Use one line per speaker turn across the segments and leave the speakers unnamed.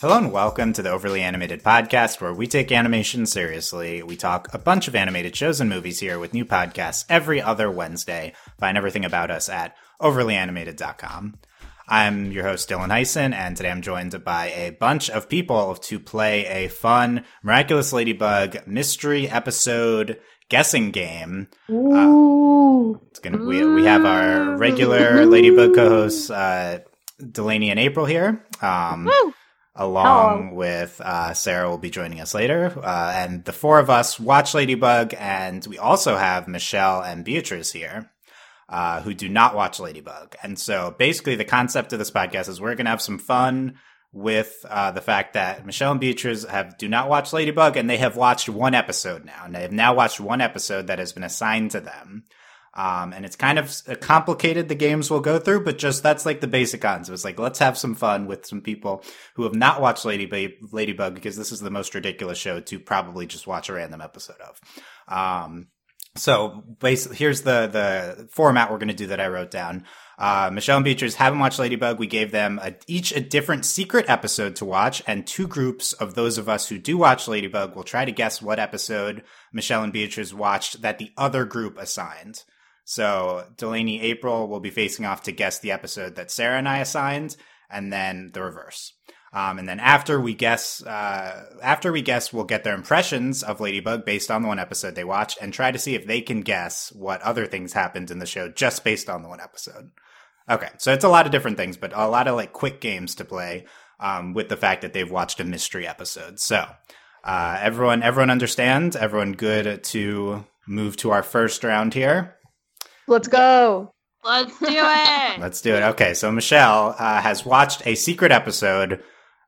Hello and welcome to the Overly Animated Podcast, where we take animation seriously. We talk a bunch of animated shows and movies here with new podcasts every other Wednesday. Find everything about us at overlyanimated.com. I'm your host, Dylan Heisen, and today I'm joined by a bunch of people to play a fun Miraculous Ladybug mystery episode guessing game.
Ooh.
It's gonna we, we have our regular Ladybug co-hosts uh, Delaney and April here. Um,
Woo.
along with uh, Sarah will be joining us later, uh, and the four of us watch Ladybug, and we also have Michelle and Beatrice here. Uh, who do not watch Ladybug. And so basically, the concept of this podcast is we're going to have some fun with uh, the fact that Michelle and Beatrice have do not watch Ladybug, and they have watched one episode now, and they have now watched one episode that has been assigned to them. Um, and it's kind of s- complicated the games will go through, but just that's like the basic concept. It's like let's have some fun with some people who have not watched Ladybug, Ladybug because this is the most ridiculous show to probably just watch a random episode of. Um, so basically, here's the the format we're going to do that I wrote down. Uh, Michelle and Beatrice haven't watched Ladybug. We gave them a, each a different secret episode to watch, and two groups of those of us who do watch Ladybug will try to guess what episode Michelle and Beatrice watched that the other group assigned. So Delaney April will be facing off to guess the episode that Sarah and I assigned, and then the reverse. Um, and then after we guess, uh, after we guess, we'll get their impressions of Ladybug based on the one episode they watched, and try to see if they can guess what other things happened in the show just based on the one episode. Okay, so it's a lot of different things, but a lot of like quick games to play um, with the fact that they've watched a mystery episode. So uh, everyone, everyone understands. Everyone good to move to our first round here.
Let's go.
Let's do it.
Let's do it. Okay, so Michelle uh, has watched a secret episode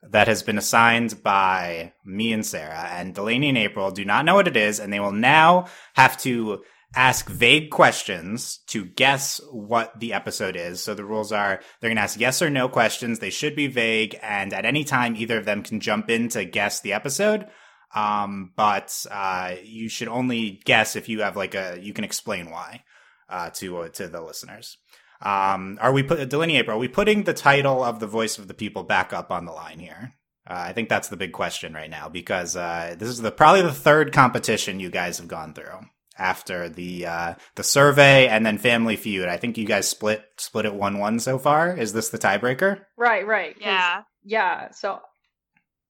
that has been assigned by me and Sarah, and Delaney and April do not know what it is, and they will now have to ask vague questions to guess what the episode is. So the rules are they're going to ask yes or no questions. They should be vague, and at any time, either of them can jump in to guess the episode. Um, but uh, you should only guess if you have like a you can explain why uh, to uh, to the listeners. Um, are we put Delaney April? Are we putting the title of the voice of the people back up on the line here? Uh, I think that's the big question right now because uh, this is the probably the third competition you guys have gone through after the uh, the survey and then Family Feud. I think you guys split split it one one so far. Is this the tiebreaker?
Right, right. 'cause-
Yeah.
Yeah. So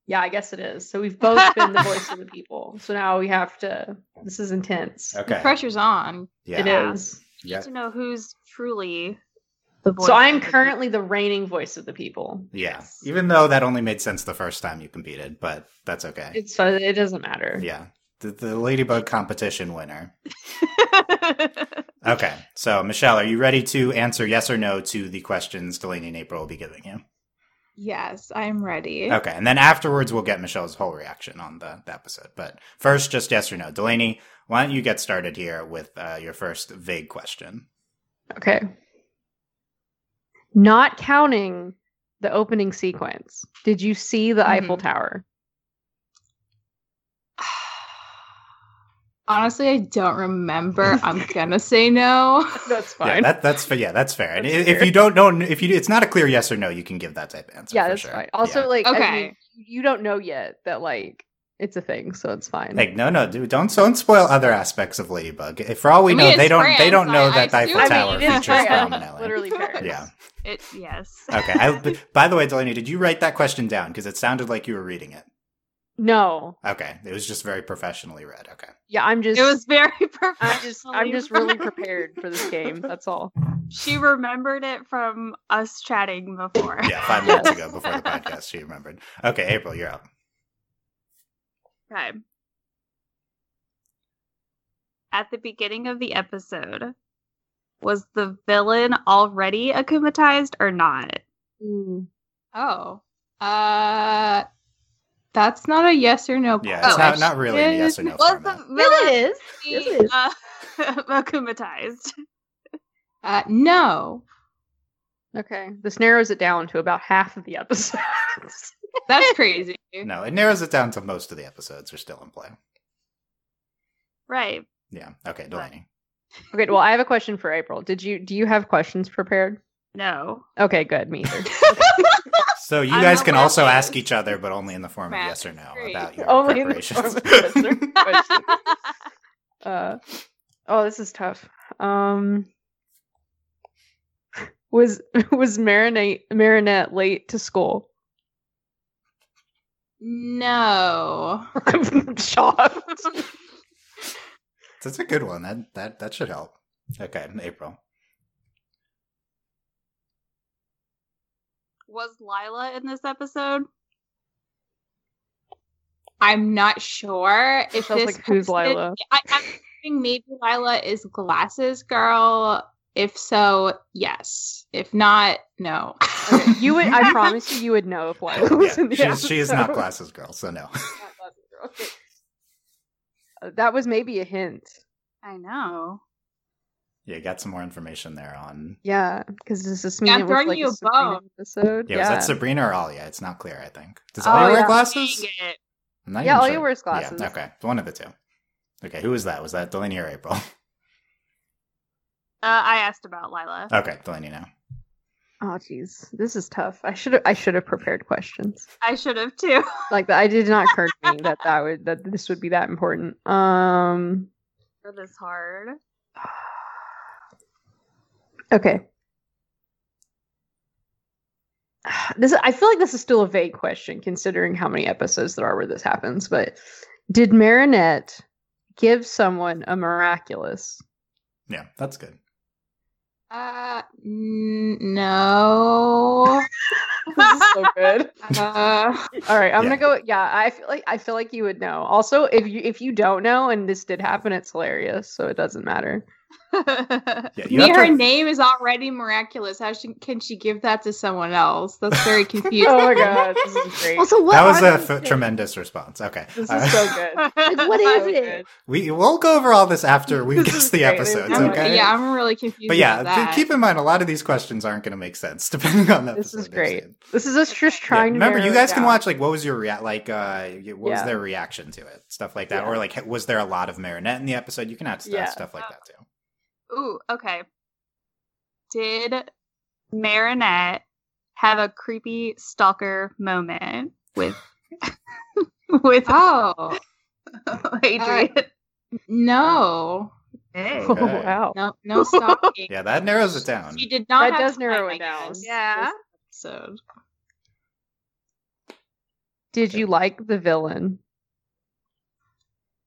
yeah, I guess it is. So we've both been the voice of the people. So now we have to this is intense.
The
Okay,
pressure's on.
It
yeah,
Yeah.
is.
You
yeah,
need to know who's truly the voice.
So I'm
of the
currently the reigning voice of the people.
yeah. Even though that only made sense the first time you competed, but that's okay.
It's fun. It doesn't matter.
Yeah, the, the Ladybug competition winner.
people.
Okay. So, Michelle, are you ready to answer yes or no to the questions Delaney and April will be giving you?
yes, I'm ready.
Okay. And then afterwards, we'll get Michelle's whole reaction on the, the episode. But first, just yes or no. Delaney, why don't you get started here with uh, your first vague question?
Okay. Not counting the opening sequence. Did you see the Eiffel
Mm-hmm.
Tower?
Honestly, I don't remember. I'm gonna say no.
That's
Yeah,
fine. Yeah,
that, that's fa- yeah, that's fair. And i
That's
if
fair.
you don't know, if you do, it's not a clear yes or no. You can give that type of answer. for
that's
sure.
fine. Also,
Yeah.
like, I
Okay.
mean, you don't know yet that like it's a thing, so it's fine.
like no, no, dude, don't don't spoil other aspects of Ladybug. If for all we
I
know,
mean,
they
it's
don't they
France,
don't know
I- I
that Eiffel
assume-
Tower
I mean,
features
it's France.
prominently.
Literally Paris.
Yeah.
It yes.
Okay. I, b- by the way, Delaney, did you write that question down? Because it sounded like you were reading it.
No.
Okay. It was just very professionally read. Okay.
Yeah, I'm just
It was very perfect.
I'm just I'm just really prepared for this game. That's all.
She remembered it from us chatting before.
Yeah, five minutes ago before the podcast, she remembered. Okay, April, you're up.
Okay. At the beginning of the episode, was the villain already akumatized or not? Oh. Uh that's not a yes or no.
Yeah, it's not, not really a yes or no
Was the
format.
villain
is. Yes, it is.
uh, akumatized? Uh no.
Okay. This narrows it down to about half of the episodes.
That's crazy.
No, it narrows it down to most of the episodes are still in play.
Right.
Yeah. Okay, Delaney.
okay, well I have a question for April. Did you do you have questions prepared?
No.
Okay, good. Me either.
So you
I'm
guys
not laughing.
can also ask each other, but only in the form
Math
of yes or no
three.
about your
Only in the
preparations.
form of yes or Uh, oh, this is tough. Um, was was marinate marinette late to school?
no.
I'm shocked.
That's a good one. That that that should help. Okay, April.
Was Lila in this episode?
I'm not sure if
Sounds
this
like who's
person-
Lila?
I, I'm thinking maybe Lila is glasses girl. If so, yes. If not, no.
Okay, you would. I promise you, you would know if Lila was in
Yeah,
the
she's, she is not
episode.
glasses girl, so no.
Not glasses, okay. Uh, That was maybe a hint.
I know.
Yeah, got some more information there on.
Yeah, because does this mean
Yeah, I'm
it was
throwing
like
you
a
a
Sabrina
bone.
episode?
Yeah, was that Sabrina or Alia? It's not clear. I think. Does
Oh,
Alia wear
yeah.
glasses?
Dang it.
I'm not
Yeah,
even
Alia wears glasses.
Yeah, okay, one of the two. Okay, who was that? Was that Delaney or April?
Uh, I asked about Lila.
Okay, Delaney now.
Oh, jeez, this is tough. I should I should have prepared questions
I should have too.
like that. I did not occur to me that that would that this would be that important. Um.
That is hard.
Okay. This I feel like this is still a vague question considering how many episodes there are where this happens, but did Marinette give someone a miraculous?
Yeah, that's good.
Uh, n- no.
This is so good.
Uh,
All right, I'm
Yeah.
gonna go. Yeah, I feel like I feel like you would know. Also, if you if you don't know and this did happen, it's hilarious, so it doesn't matter.
Yeah, you
me,
have
her
to-
name is already miraculous. How she, can she give that to someone else? That's very confusing.
Oh my god, this is great.
Also, what
That was
are
a
these
f-
things?
tremendous response. Okay,
This
Uh,
is so good.
Like,
what is
So
it?
good.
we we'll go over all this after we
This
guess
is
the
great.
episodes.
I'm-
Okay,
Yeah, I'm really confused.
but
about
yeah,
that.
keep in mind a lot of these questions aren't going to make sense depending on the
This is
episode they've
great.
seen.
This is us just trying
Yeah,
to
remember
narrow
you
it
guys can
down.
watch like what was your react like uh y- what was
Yeah.
their reaction to it stuff like that
Yeah.
or like h- was there a lot of marinette in the episode you can add stuff,
Yeah.
stuff like that too
Ooh, okay. Did Marinette have a creepy stalker moment with with
Oh Uh,
Adrian?
no,
Oh,
Okay.
wow.
no, no stalking.
yeah that narrows it down
She did not.
That
have
does
time,
narrow
I
it down.
guess,
Yeah.
this episode.
Did you like the villain?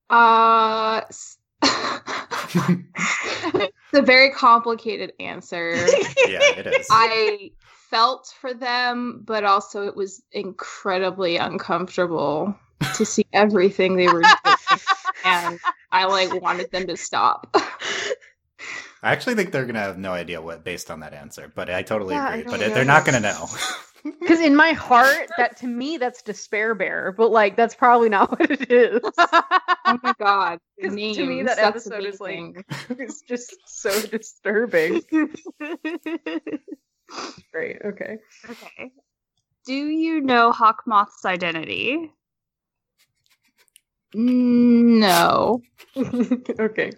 Uh, s- it's a very complicated answer.
yeah it is
I felt for them, but also it was incredibly uncomfortable to see everything they were doing, and I like wanted them to stop.
i actually think they're gonna have no idea what based on that answer but i totally
Yeah, I
agree
don't
but
know.
it, they're not gonna know
Because in my heart, that to me, that's despair bear. But like, that's probably not what it is.
Oh my god! the
'Cause to me,
names,
that
that's
episode is, like,
amazing.
it's just so disturbing. Great. Okay.
okay. Do you know Hawkmoth's identity?
Mm, no.
okay.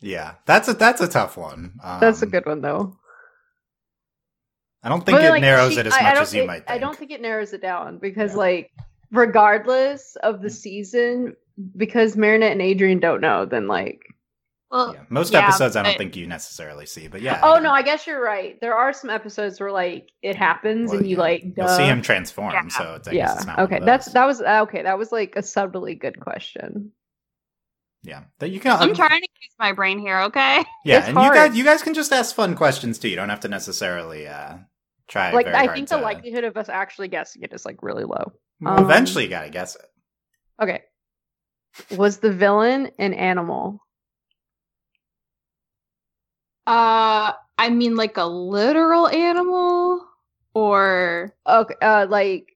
yeah that's a that's a tough one um,
That's a good one though.
i don't think
But,
it
like,
narrows
she-
it as
I- I
much
don't-
as you
it-
might think
I don't think it narrows it down because
Yeah.
like regardless of the season, because Marinette and Adrian don't know, then like
Well,
Yeah, most
Yeah,
episodes i don't
but-
think you necessarily see but yeah
Oh
you-
no, I guess you're right. There are some episodes where like it happens
well,
and you like
you'll see
duh.
him transform
Yeah.
so it's, I guess it's
yeah.
not one
Okay.
of
That's
those.
that was uh, okay. That was like a subtly good question.
yeah that you can
Um,
I'm trying to use my brain here, okay?
Yeah,
It's
and you
hard.
guys you guys can just ask fun questions too. You don't have to necessarily uh try
like
very
I
hard
think
to,
the likelihood of us actually guessing it is like really low.
Well,
um,
eventually you gotta guess it.
Okay. Was the villain an animal?
Uh, I mean, like a literal animal, or
Okay, uh, like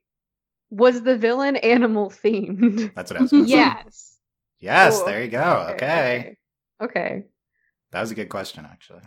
was the villain animal themed?
That's what I was gonna say.
yes.
Yes,
Cool.
there you go. Oh, Okay.
Okay. Okay.
That was a good question actually.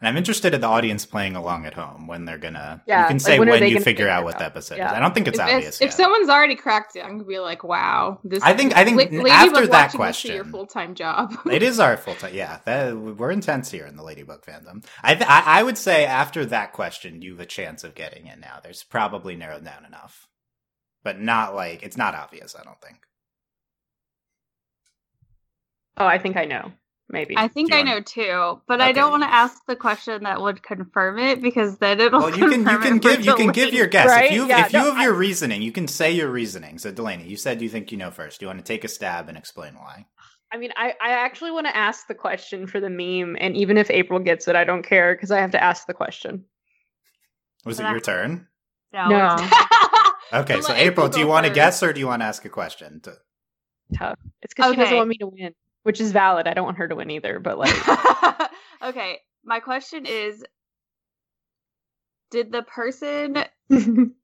And I'm interested in the audience playing along at home when they're gonna.
Yeah,
you can
like,
say
when are
when
they
you
gonna
figure
figure
out
it
what the
out?
episode
Yeah.
is. I don't think it's
if,
obvious
if
yet.
someone's already cracked it, I'm gonna be like, "Wow, this."
I think I think
La- Ladybug
after that
watching this is your
question,
full time job.
it is our full time. Yeah, that, we're intense here in the Ladybug fandom. I, th- I I would say after that question, you have a chance of getting it. Now, there's probably narrowed down enough, but not like it's not obvious. I don't think.
Oh, I think I know. Maybe.
I think
Do you
I
wanna-
know too, but I
Okay.
don't want to ask the question that would confirm it because then it'll.
Well, you can you
confirm
can
it for
give you can give
Delaney.
your guess if
Right?
you
Yeah,
if you
no,
have your reasoning, you can say your reasoning. So Delaney, you said you think you know first. Do you want to take a stab and explain why?
I mean, I, I actually want to ask the question for the meme, and even if April gets it, I don't care because I have to ask the question.
Was
But
it
I-
your turn?
No,
No.
it's-
Okay,
I'll
so
let
April,
April
do you
go
want to
first.
guess or do you want to ask a question? To-
It's because she doesn't
Okay.
want me to win, which is valid. I don't want her to win either, but like,
okay, my question is: Did the person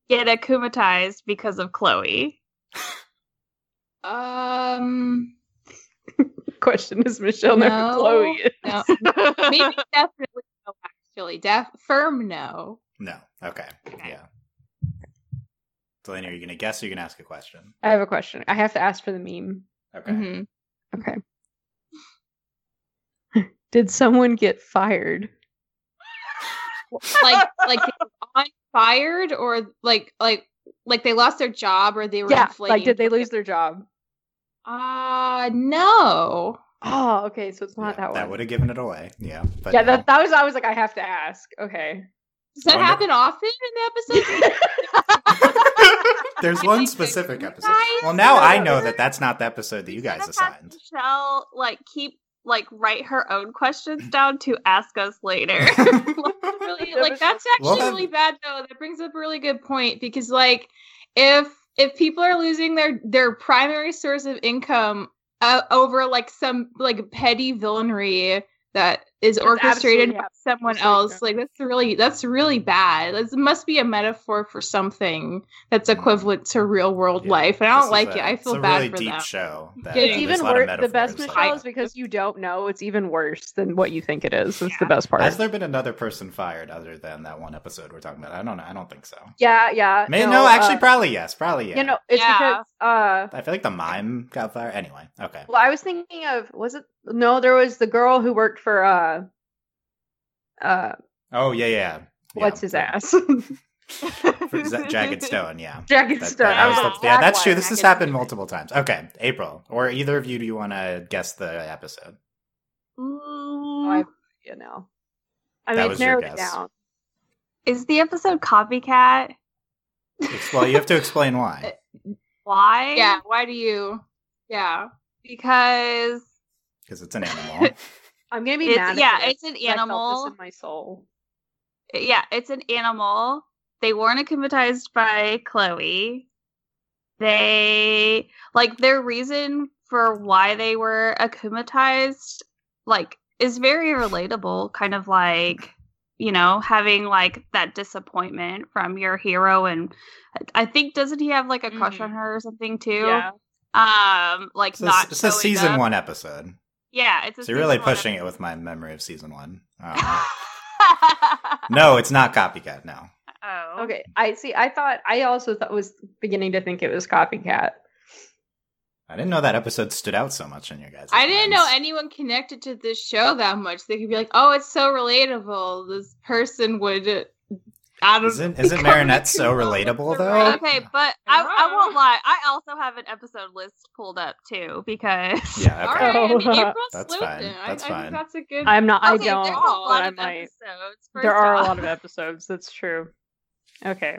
get akumatized because of Chloe?
um,
question is Michelle no.
No.
Chloe.
no, maybe definitely no. Actually, def firm no.
no. Okay.
Okay.
Yeah. Delaney, are you going to guess or are you going to ask a question?
I have a question. I have to ask for the meme.
Okay.
Mm-hmm.
Mhm.
Okay. Did someone get fired?
Like like they were on fired or like like like they lost their job or they were
Yeah.
inflating.
Like, did they lose their job?
Uh no.
Oh, okay. So it's
Yeah,
not that one.
that would have given it away. Yeah. But
yeah,
no.
that, that was, I was like, I have to ask. Okay.
Does that
Wonder-
happen often in the episode?
there's
I
one
think they
specific
were
episode.
nice.
Well, now I know
Yeah.
that that's not the episode that you
Instead
guys
of having
assigned.
Michelle like keep like write her own questions down to ask us later.
really
That
like
was-
that's
Well,
actually
that-
really bad though. That brings up a really good point because like if if people are losing their their primary source of income uh, over like some like petty villainy that is orchestrated
absolutely-
by
yeah,
someone
absolutely
else,
true.
like that's really that's really bad. This must be a metaphor for something that's
Mm-hmm.
equivalent to real world
Yeah,
life, and I
This
don't
is
like
a-
it. I
it's
feel
a
bad
really
for
deep
them.
show. That,
Yeah,
there's
It's
a
even
lot of
worse. The best
metaphors.
Michelle is because you don't know. It's even worse than what you think it is. It's the
Yeah.
best part.
Has there been another person fired other than that one episode we're talking about? I don't know. I don't think so.
yeah, yeah.
May, no, actually,
uh,
probably yes. Probably yes.
you know, it's
Yeah.
because. Uh,
I feel like the mime got fired. Anyway, okay.
well, I was thinking of was it? No, there was the girl who worked for. uh uh,
Oh yeah, yeah.
what's
yeah.
his ass?
For Z- Jagged Stone? Yeah.
Jagged
That-
Stone.
that-
I
that
was
was
like,
the- yeah,
that
that's true.
one.
This has
Jagged
happened
Stone.
multiple times. Okay, April or either of you, do you want to guess the episode?
Oh,
Mm,
You know, I
That
mean,
was
it's
your
narrowed it
guess.
down.
Is the episode copycat?
It's- Well, you have to explain
Uh,
why.
Why?
Yeah, why do you? Yeah,
because
Because it's an animal.
I'm gonna be
It's-
mad. at
yeah,
this
it's an
'cause I felt
animal.
this in my soul.
yeah, it's an animal. They weren't akumatized by Chloe. They like their reason for why they were akumatized, like, is very relatable, kind of like you know, having like that disappointment from your hero and I think doesn't he have like a crush
Mm-hmm.
Mhm.
on her or something too?
Yeah,
Um like
It's a,
not
it's a
showing
season
up.
one episode.
Yeah, it's a
So you're really
season one
pushing it with my memory of season one. Um,
Oh.
episode.
no, it's not copycat. No.
Oh.
Okay, I see. I thought I also thought was beginning to think it was copycat.
I didn't know that episode stood out so much in your guys.
I didn't know
minds.
anyone connected to this show that much. They could be like, "Oh, it's so relatable. This person would." uh, I don't.
Isn't isn't
become
Marinette so
a control
relatable
of the
though?
rock.
Okay, but I, I won't lie. I also have an episode list pulled up too because
Yeah.
All
Okay.
right, I mean,
Oh.
April
That's
slipped
fine.
in. I,
That's
I
fine.
think that's a good.
I'm not.
Okay,
I don't.
There's a
but
lot
I
of
might.
episodes.
there are
off.
a lot of episodes. That's true. Okay.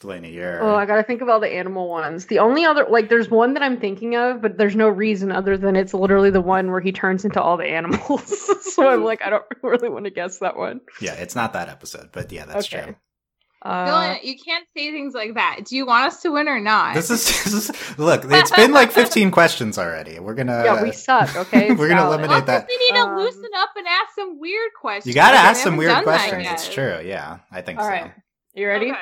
Delaney, you're.
Oh, I gotta think of all the animal ones. The only other like, there's one that I'm thinking of, but there's no reason other than it's literally the one where he turns into all the animals. so I'm like, I don't really want to guess that one.
yeah, it's not that episode, but yeah, that's
Okay.
true.
Uh,
Dylan, you can't say things like that. Do you want us to win or not?
This is, this is look. It's been like 15 questions already. We're gonna.
yeah, we suck. Okay, It's
we're gonna
valid.
eliminate
Well,
that.
We need to
Um,
loosen up and ask some weird questions.
You gotta
We
ask some
haven't
weird
done that
questions.
yet.
It's true. Yeah, I think
All
so.
right. You ready?
Okay,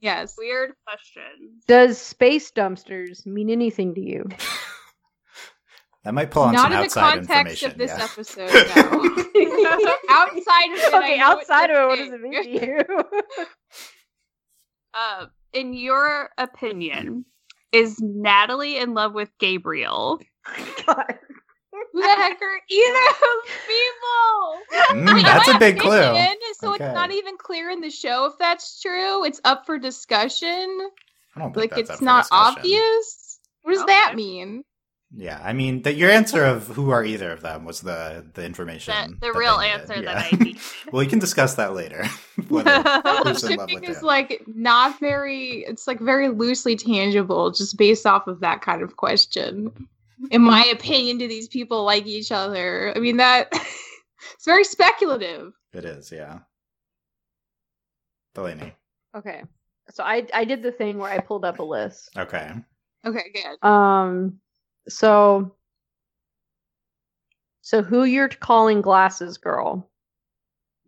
Yes.
weird questions.
Does space dumpsters mean anything to you?
That might pull on
Not
some
in the
outside
context
information.
of this
yeah.
episode. No. outside of it, I
okay,
know what
outside of
you're
it, what does
saying.
it mean to you?
Uh, in your opinion, is Natalie in love with Gabriel?
God.
Who the heck are either of those people?
Mm,
Wait,
that's
am
a
I
big
fitting
clue.
in? so
Okay.
it's not even clear in the show if that's true. It's up for discussion.
I don't think
Like
that's up
it's
for
not
discussion.
obvious. What does that
Okay.
mean?
Yeah, I mean, that your answer of who are either of them was the the information.
The, the
that they
real
needed.
answer
Yeah.
that I need.
well, we can discuss that later. Whether-
I
Who's in love
Shipping
with
is
him?
like not very. It's like very loosely tangible, just based off of that kind of question. In my opinion, do these people like each other? I mean that it's very speculative.
it is, yeah. Delaney.
Okay. So I I did the thing where I pulled up a list.
Okay.
Okay, good.
Um so so who you're calling glasses girl?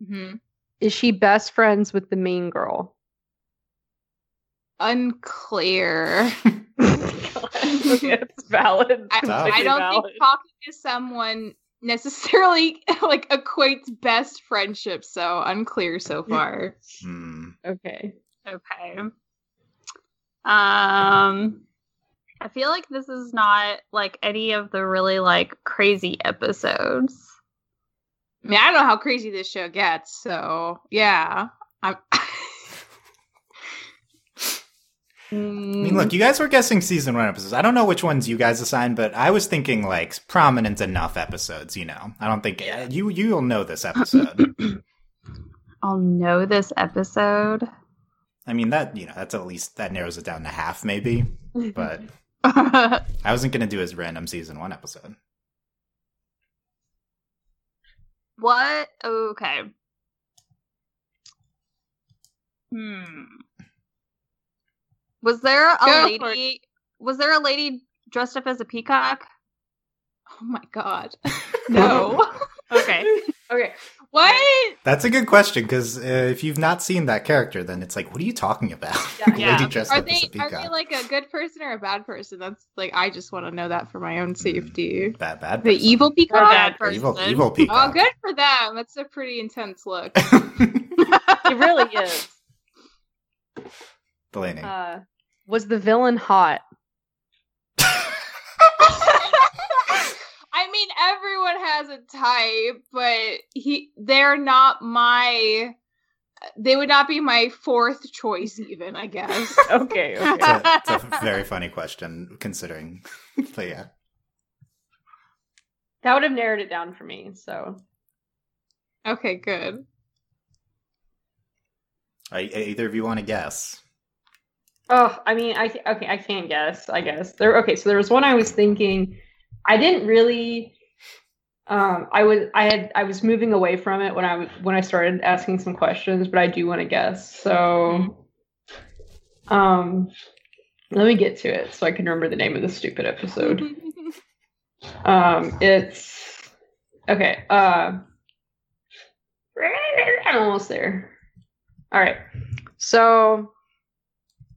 hmm
Is she best friends with the mean girl?
Unclear.
Okay, That's valid.
I,
Tough.
I don't think talking to someone necessarily like equates best friendship. So unclear so far.
Hmm.
Okay.
Okay. Um I feel like this is not like any of the really like crazy episodes.
I mean, I don't know how crazy this show gets. So yeah, I'm.
Mm,
I
Mm-hmm.
mean, look, you guys were guessing season one episodes. I don't know which ones you guys assigned, but I was thinking like prominent enough episodes. You know, I don't think you you'll know this episode.
I'll know this episode.
I mean, that you know, that's at least that narrows it down to half, maybe.
Mm-hmm.
But
Oh
okay.
I wasn't gonna do his random season one episode.
What? Okay. Hmm. Was there a
Go for
lady? Was there a lady dressed up as a peacock?
Oh my god. No.
Okay.
Okay.
what?
That's a good question because uh, if you've not seen that character, then it's like, what are you talking about?
Yeah.
Yeah.
Lady dressed
Are
up as
they
a
are
peacock.
they like a good person or a bad person? That's like I just want to know that for my
Hmm.
own safety.
that bad?
The
person.
evil
Or a
peacock.
bad
Or evil,
person.
evil
Oh,
peacock.
good for them. That's a pretty intense look.
It really is.
Delaney.
Uh, was the villain hot?
I mean, everyone has a type, but he they're not my they would not be my fourth choice even, I guess.
Okay.
it's, a, it's a very funny question considering. but yeah,
that would have narrowed it down for me. So
okay, good.
I, e, either of you want to guess?
Oh, I mean, I th- okay, I can't guess. I guess there. Okay, so there was one I was thinking. I didn't really. Um, I was I had I was moving away from it when I was when I started asking some questions, but I do want to guess. So, um, let me get to it so I can remember the name of the stupid episode.
Mm-hmm.
Um, it's okay. Uh, I'm almost there. All right. So,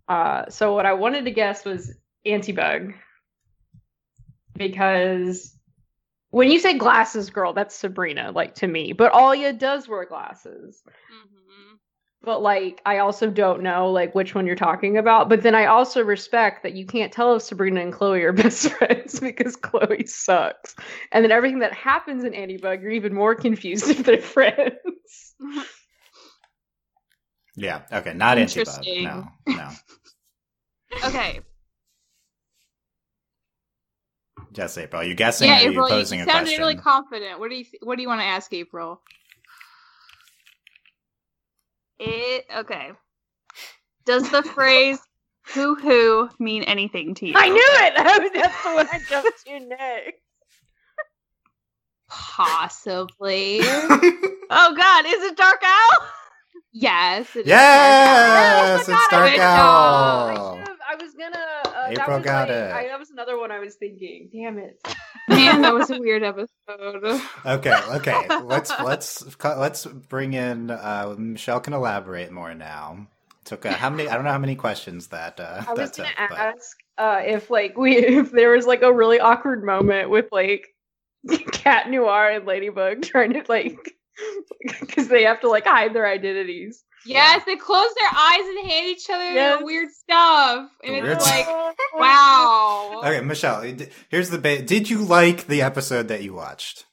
uh, so what I wanted to guess was anti-bug because when you say glasses girl, that's Sabrina, like to me. But Alia does wear glasses. But like, I also don't know like which one you're talking about. But then I also respect that you can't tell if Sabrina and Chloe are best friends because Chloe sucks. And then everything that happens in Annie Bug, you're even more confused if they're friends.
Yeah. Okay. Not anti bug.
Interesting.
No. No.
Okay.
Yes, April. Are you guessing? or are you
you
posing a
sounded
question?
really confident. What do you what do you want to ask April?
It okay. Does the phrase "hoo hoo" mean anything to you?
I knew it. That's the one I jumped to next.
Possibly.
Oh God, is it Dark Owl?
yes. it is Oh
yes,
Yes, I
it's
got it.
Dark
No,
I
Owl.
should've- I was gonna. Uh, that
Oh. April
was
got
like-
it.
I, that was another one I was thinking. Damn it.
dark. Man, that was a weird episode.
Okay, okay. Let's let's let's bring in uh, Michelle can elaborate more now. Took uh, how many? I don't know how many questions that uh,
I was
that took,
gonna
but
ask uh, if like we if there was like a really awkward moment with like Cat Noir and Ladybug trying to like because they have to like hide their identities.
Yes, they close their eyes and hand each other
Yes.
their weird stuff, and
Weird
it's like, oh,
stuff.
wow.
Okay, Michelle, d- here's the ba- Did you like the episode that you watched?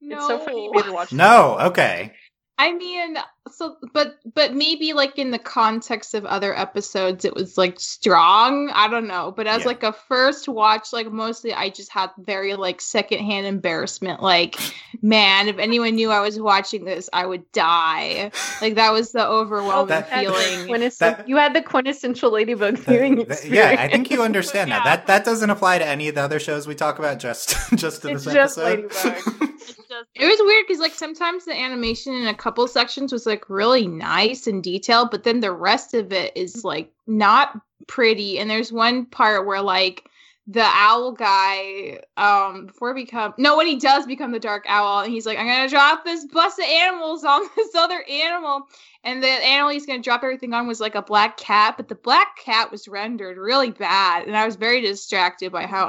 No.
It's so funny you made me watch.
No, okay.
I mean, so but but maybe like in the context of other episodes, it was like strong. I don't know, but as
Yeah.
like a first watch, like mostly I just had very like secondhand embarrassment. Like, man, if anyone knew I was watching this, I would die. Like that was the overwhelming
That-
You had the
feeling.
quintess-
That-
you had the quintessential Ladybug viewing
That- that- yeah, I
experience.
think you understand that.
Yeah.
That that doesn't apply to any of the other shows we talk about. Just just to
It's
this
just
episode.
Ladybug.
It's just
It was weird because like sometimes the animation in a couple sections was like really nice and detailed, but then the rest of it is like not pretty. And there's one part where like the owl guy, um, before he become no, when he does become the dark owl, and he's like, I'm gonna drop this bus of animals on this other animal, and the animal he's gonna drop everything on was like a black cat, but the black cat was rendered really bad, and I was very distracted by how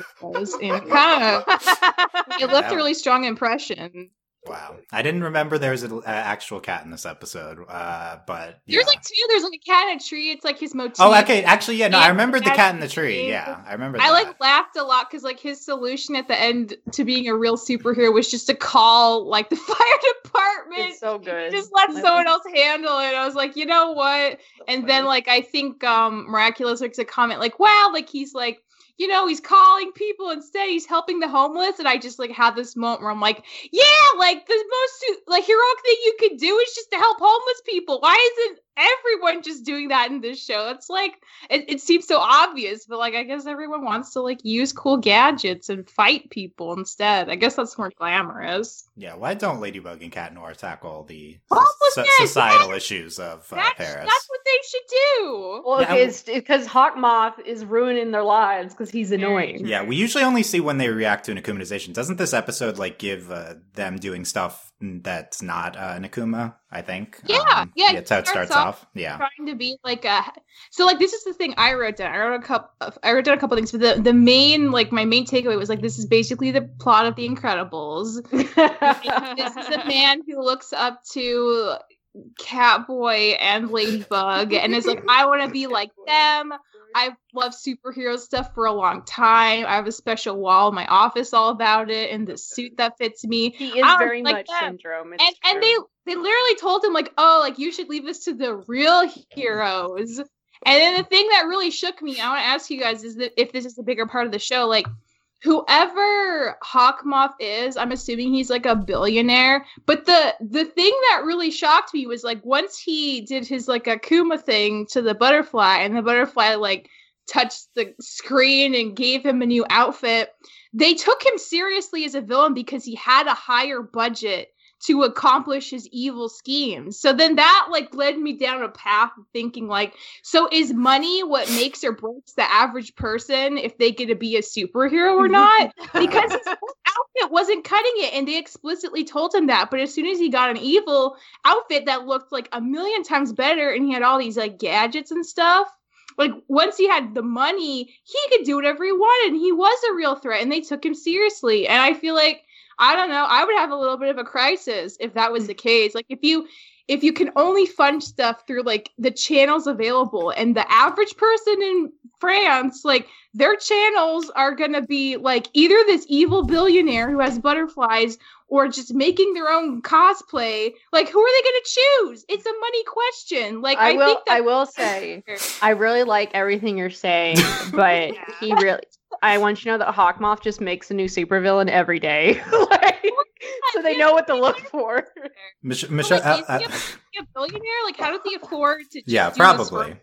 it was, and kind of it left a really strong impression.
wow, I didn't remember there was an uh, actual cat in this episode. Uh, but yeah.
There's like two. There's like a cat in a tree. It's like his motif.
oh, okay. Actually, yeah. No, I
Yeah,
remembered the
cat
cat in
in
the
the
tree.
tree.
Yeah, I remember.
I
that.
like laughed a lot because like his solution at the end to being a real superhero was just to call like the fire department.
It's so good.
Just let
I
someone
love-
else handle it. I was like, you know what? And then like I think um Miraculous makes a comment like, wow, like he's like, you know, he's calling people instead. He's helping the homeless. And I just like had this moment where I'm like, yeah, like the most like heroic thing you could do is just to help homeless people. Why isn't everyone just doing that in this show? It's like it, it seems so obvious, but like I guess everyone wants to like use cool gadgets and fight people instead. I guess that's more glamorous.
Yeah, why don't Ladybug and Cat Noir tackle the
Homelessness,
so- societal issues of uh,
That's,
Paris?
that's what they should do.
Well,
Yeah, I-
it's because Hawkmoth is ruining their lives because he's annoying.
yeah, we usually only see when they react to an akumanization. Doesn't this episode like give uh, them doing stuff that's not uh, an akuma? I think.
Yeah, yeah,
That's how it starts, off. Yeah,
trying to be like a so like this is the thing I wrote down. I wrote a couple. I wrote down a couple things, but the the main like my main takeaway was like this is basically the plot of The Incredibles. this is a man who looks up to Catboy and Ladybug and is like, I want to be like them. I've loved superhero stuff for a long time. I have a special wall in my office all about it and the suit that fits me.
He is
I don't
very
like
much
that.
syndrome. It's
And and they
true.
they literally told him like, oh, like you should leave this to the real heroes. And then the thing that really shook me, I want to ask you guys, is that if this is a bigger part of the show, like whoever Hawkmoth is, I'm assuming he's like a billionaire. But the the thing that really shocked me was like once he did his like Akuma thing to the butterfly, and the butterfly like touched the screen and gave him a new outfit. They took him seriously as a villain because he had a higher budget to accomplish his evil schemes. So then that like led me down a path of thinking like, so is money what makes or breaks the average person if they get to be a superhero or not? because his outfit wasn't cutting it and they explicitly told him that but as soon as he got an evil outfit that looked like a million times better and he had all these like gadgets and stuff like once he had the money he could do whatever he wanted and he was a real threat and they took him seriously and i feel like i don't know i would have a little bit of a crisis if that was the case like if you if you can only fund stuff through like the channels available and the average person in france like their channels are going to be like either this evil billionaire who has butterflies or just making their own cosplay. Like, who are they going to choose? It's a money question. Like, I,
I, will.
think that
I will say, I really like everything you're saying, but
Yeah.
he really. I want you to know that Hawkmoth just makes a new supervillain every day, like, so they know what to look for.
Mich- Michelle.
like,
uh,
you
uh,
a billionaire. Like, how does he afford to? just
yeah,
do this work?
probably.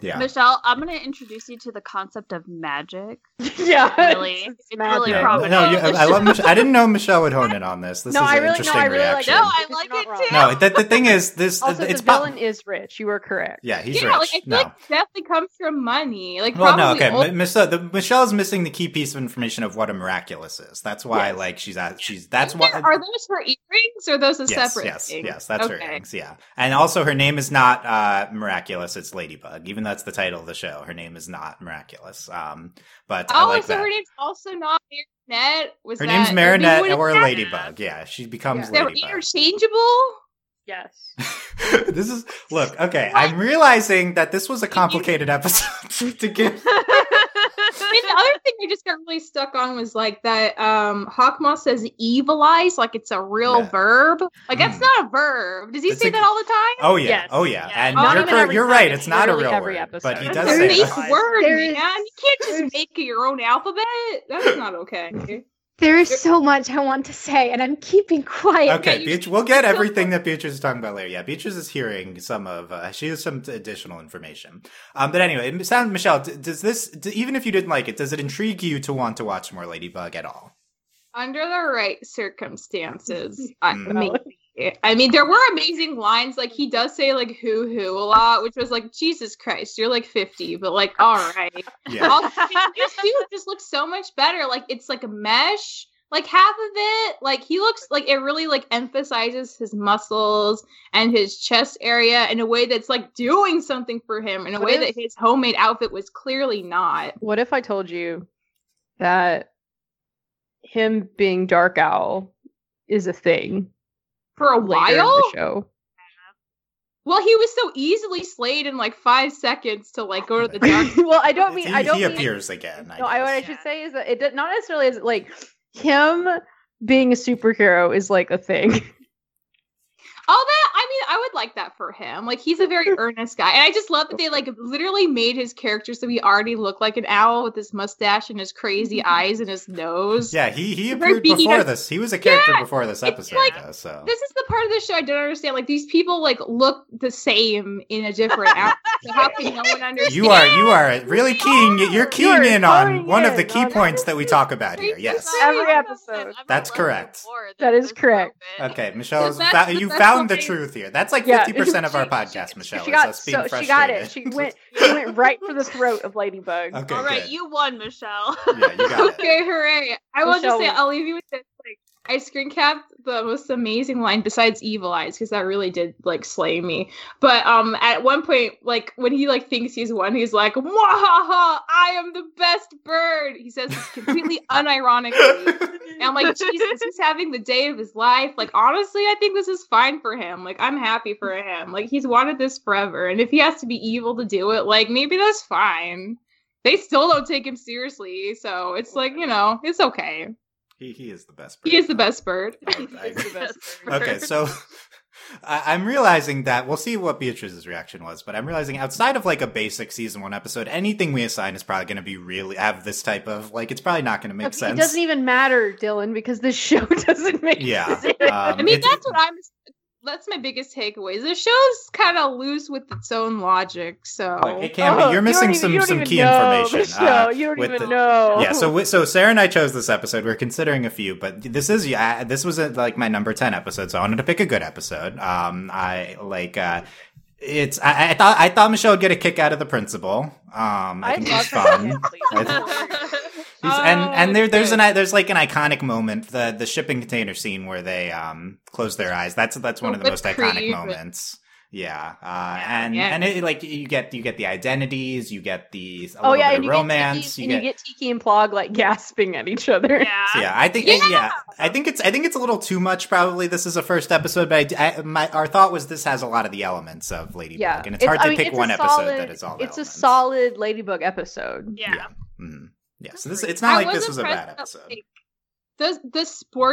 Yeah,
Michelle, I'm gonna introduce you to the concept of magic.
yeah,
Really? It's really
yeah.
prominent.
No, you, I I love. Mich- I didn't know Michelle would hone in on this. This
No,
is
I
an
really- no,
interesting
I really like-
reaction.
No, I
You're
like
not
it
wrong.
too.
No, the, the thing is this.
Also,
it's
the
pop-
villain is rich. You are correct.
Yeah, he's
yeah,
rich.
like I feel
no.
like it definitely comes from money. Like,
Well, no,
probably
okay.
old-
Mi- Michelle, the, Michelle's missing the key piece of information of what a miraculous is. That's why,
Yes.
like, she's at, she's that's
Are
why.
there- are those her earrings or are those a
yes,
separate
yes,
thing?
yes. That's her
Okay.
earrings. Yeah, and also her name is not uh, miraculous. It's Ladybug, even that's the title of the show. Her name is not miraculous. Um, but I
Oh,
like
so
that.
her name's also not Marinette. Was
Her
that,
name's
maybe
Marinette
when it
or
happened,
Ladybug. Yeah, she becomes
They were
Ladybug.
interchangeable.
Yes.
this is look okay. I'm realizing that this was a complicated episode to give.
I mean, the other thing I just got really stuck on was like that. Um, Hawkmoth says evilize, like it's a real
Yeah.
verb. Like that's
Hmm.
not a verb. Does he
It's
say
a-
that all the time?
Oh yeah,
Yes.
oh yeah,
Yeah.
and
Not
you're
even
cor-
every
you're
time,
right.
it's
It's not a
literally
real
every
word,
episode.
but he
That's
does
That's
say
a fake
say.
that.
word,
There
man.
is-
You can't just
there's-
make your own alphabet. That's not okay.
There is so much I want to say, and I'm keeping quiet.
Okay,
you-
Beatrice, we'll get everything that Beatrice is talking about later. Yeah, Beatrice is hearing some of. Uh, she has some additional information. Um, but anyway, it sound Michelle, d- does this d- even if you didn't like it, does it intrigue you to want to watch more Ladybug at all?
Under the right circumstances, I,
Hmm.
maybe. I mean, there were amazing lines. Like he does say like "hoo hoo" a lot, which was like Jesus Christ, you're like fifty, but like all right.
Yeah,
Also, this dude just looks so much better. Like it's like a mesh, like half of it. Like he looks like it really like emphasizes his muscles and his chest area in a way that's like doing something for him in a
What
way
if-
that his homemade outfit was clearly not.
What if I told you that him being Dark Owl is a thing
For a
later in the
while,
show?
well, he was so easily slayed in like five seconds to like go to the dark.
well, I don't mean
he,
I don't
he
mean
appears again. I
No, I, what I
guess.
should say is that it did, not necessarily is like him being a superhero is like a thing.
All that I mean, I would like that for him. Like he's a very earnest guy, and I just love that they like literally made his character so he already looked like an owl with his mustache and his crazy eyes and his nose.
yeah, he he
Very
appeared
beefy
before
nose.
this. He was a character
Yeah,
before this
it's
episode,
like-
though. So
This is the part of the show I don't understand. Like these people like look the same in a different outfit. So how can no one understand?
you are you are really keying. You're keying
are
in on
honing
one of
in
the key
on
points that we talk about here.
Creepy
Yes.
side.
Every episode.
That's correct.
That is correct.
Okay, Michelle,
The best-
fa-
the
you
best
found the
line-
truth here. That's like
Yeah,
fifty percent of our
she-
podcast,
she-
Michelle.
she
is
got
us being
so she
frustrated.
got it. She went she went right for the throat of Ladybug.
Okay,
All right,
good.
you won, Michelle.
yeah, you got it.
Okay, hooray! I will
Michelle
just say
wins.
I'll leave you with this. Like I screen capped the most amazing line besides "evil eyes" because that really did like slay me. But um, at one point, like when he like thinks he's won, he's like, "Mwahaha! I am the best bird." He says this completely unironically. And I'm like, Jesus, he's having the day of his life. Like, honestly, I think this is fine for him. Like, I'm happy for him. Like, he's wanted this forever. And if he has to be evil to do it, like, maybe that's fine. They still don't take him seriously. So it's like, you know, it's okay.
He, he is the best.
He is
bird.
the best bird.
I- I agree.
That's
okay,
correct.
so I, I'm realizing that we'll see what Beatrice's reaction was, but I'm realizing outside of like a basic season one episode, anything we assign is probably going to be really have this type of like it's probably not going to make
Okay, It
sense.
doesn't even matter, Dylan, because this show doesn't make
Yeah.
sense.
Um,
I mean,
it's-
that's what I'm. That's my biggest takeaway. is The show's kind of loose with its own logic. So
Look, it
Oh,
can be. You're missing some some key information. uh,
No, you don't
with
even
the-
know.
yeah so we- so sarah and i chose this episode we are considering a few but this is yeah this was uh like my number 10 episode so i wanted to pick a good episode um i like uh it's I, I thought I thought Michelle would get a kick out of the principal. Um, I, think it's fun.
Oh.
I- He's, and and there, there's an there's like an iconic moment the the shipping container scene where they um close their eyes. That's that's
Oh,
one of the
Whipped
most iconic
cream.
moments. Yeah, uh, and
yeah.
and it, like you get you get the identities, you get the a
Oh
little
yeah,
bit
and
of
you
romance,
get Tiki, and you get Tiki and Plog like gasping at each other.
yeah.
So, yeah, I think yeah.
Yeah.
I think it's I think it's a little too much. Probably this is a first episode, but I, I- my our thought was this has a lot of the elements of Ladybug,
Yeah,
and it's, hard
I
to
mean,
pick
it's a
one episode
solid-
that is all. the
It's a
elements.
solid Ladybug episode.
Yeah.
Yeah. Mhm. Yeah, so this it's not
I
like this was a
impressed
bad
that,
episode.
like, the the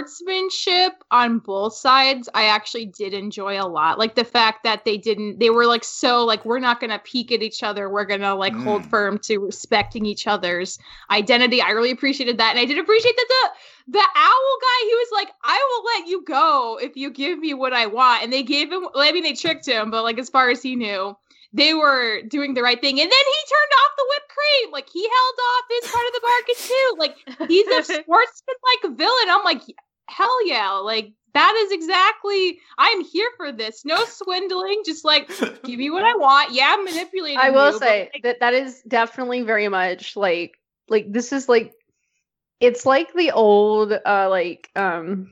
sportsmanship on both sides, I actually did enjoy a lot. Like the fact that they didn't, they were like so like we're not gonna peek at each other. We're gonna like hold
Mm.
firm to respecting each other's identity. I really appreciated that, and I did appreciate that the the owl guy. He was like, I will let you go if you give me what I want, and they gave him. well, I mean, they tricked him, but like as far as he knew. They were doing the right thing, and then he turned off the whipped cream. Like he held off his part of the bargain too. Like he's a sportsman like villain. I'm like, hell yeah, like that is exactly I'm here for this. No swindling, just like give me what I want. Yeah, I'm manipulating.
I will
you, but,
say
like,
that that is definitely very much like like this is like it's like the old uh like um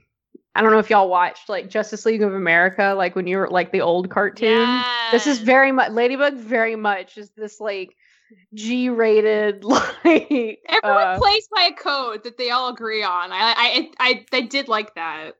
I don't know if y'all watched like Justice League of America, like when you were like the old cartoon. This is
Yes.
very much Ladybug. Very much is this like G-rated like
Everyone
uh,
plays by a code that they all agree on. I I I, I did like that.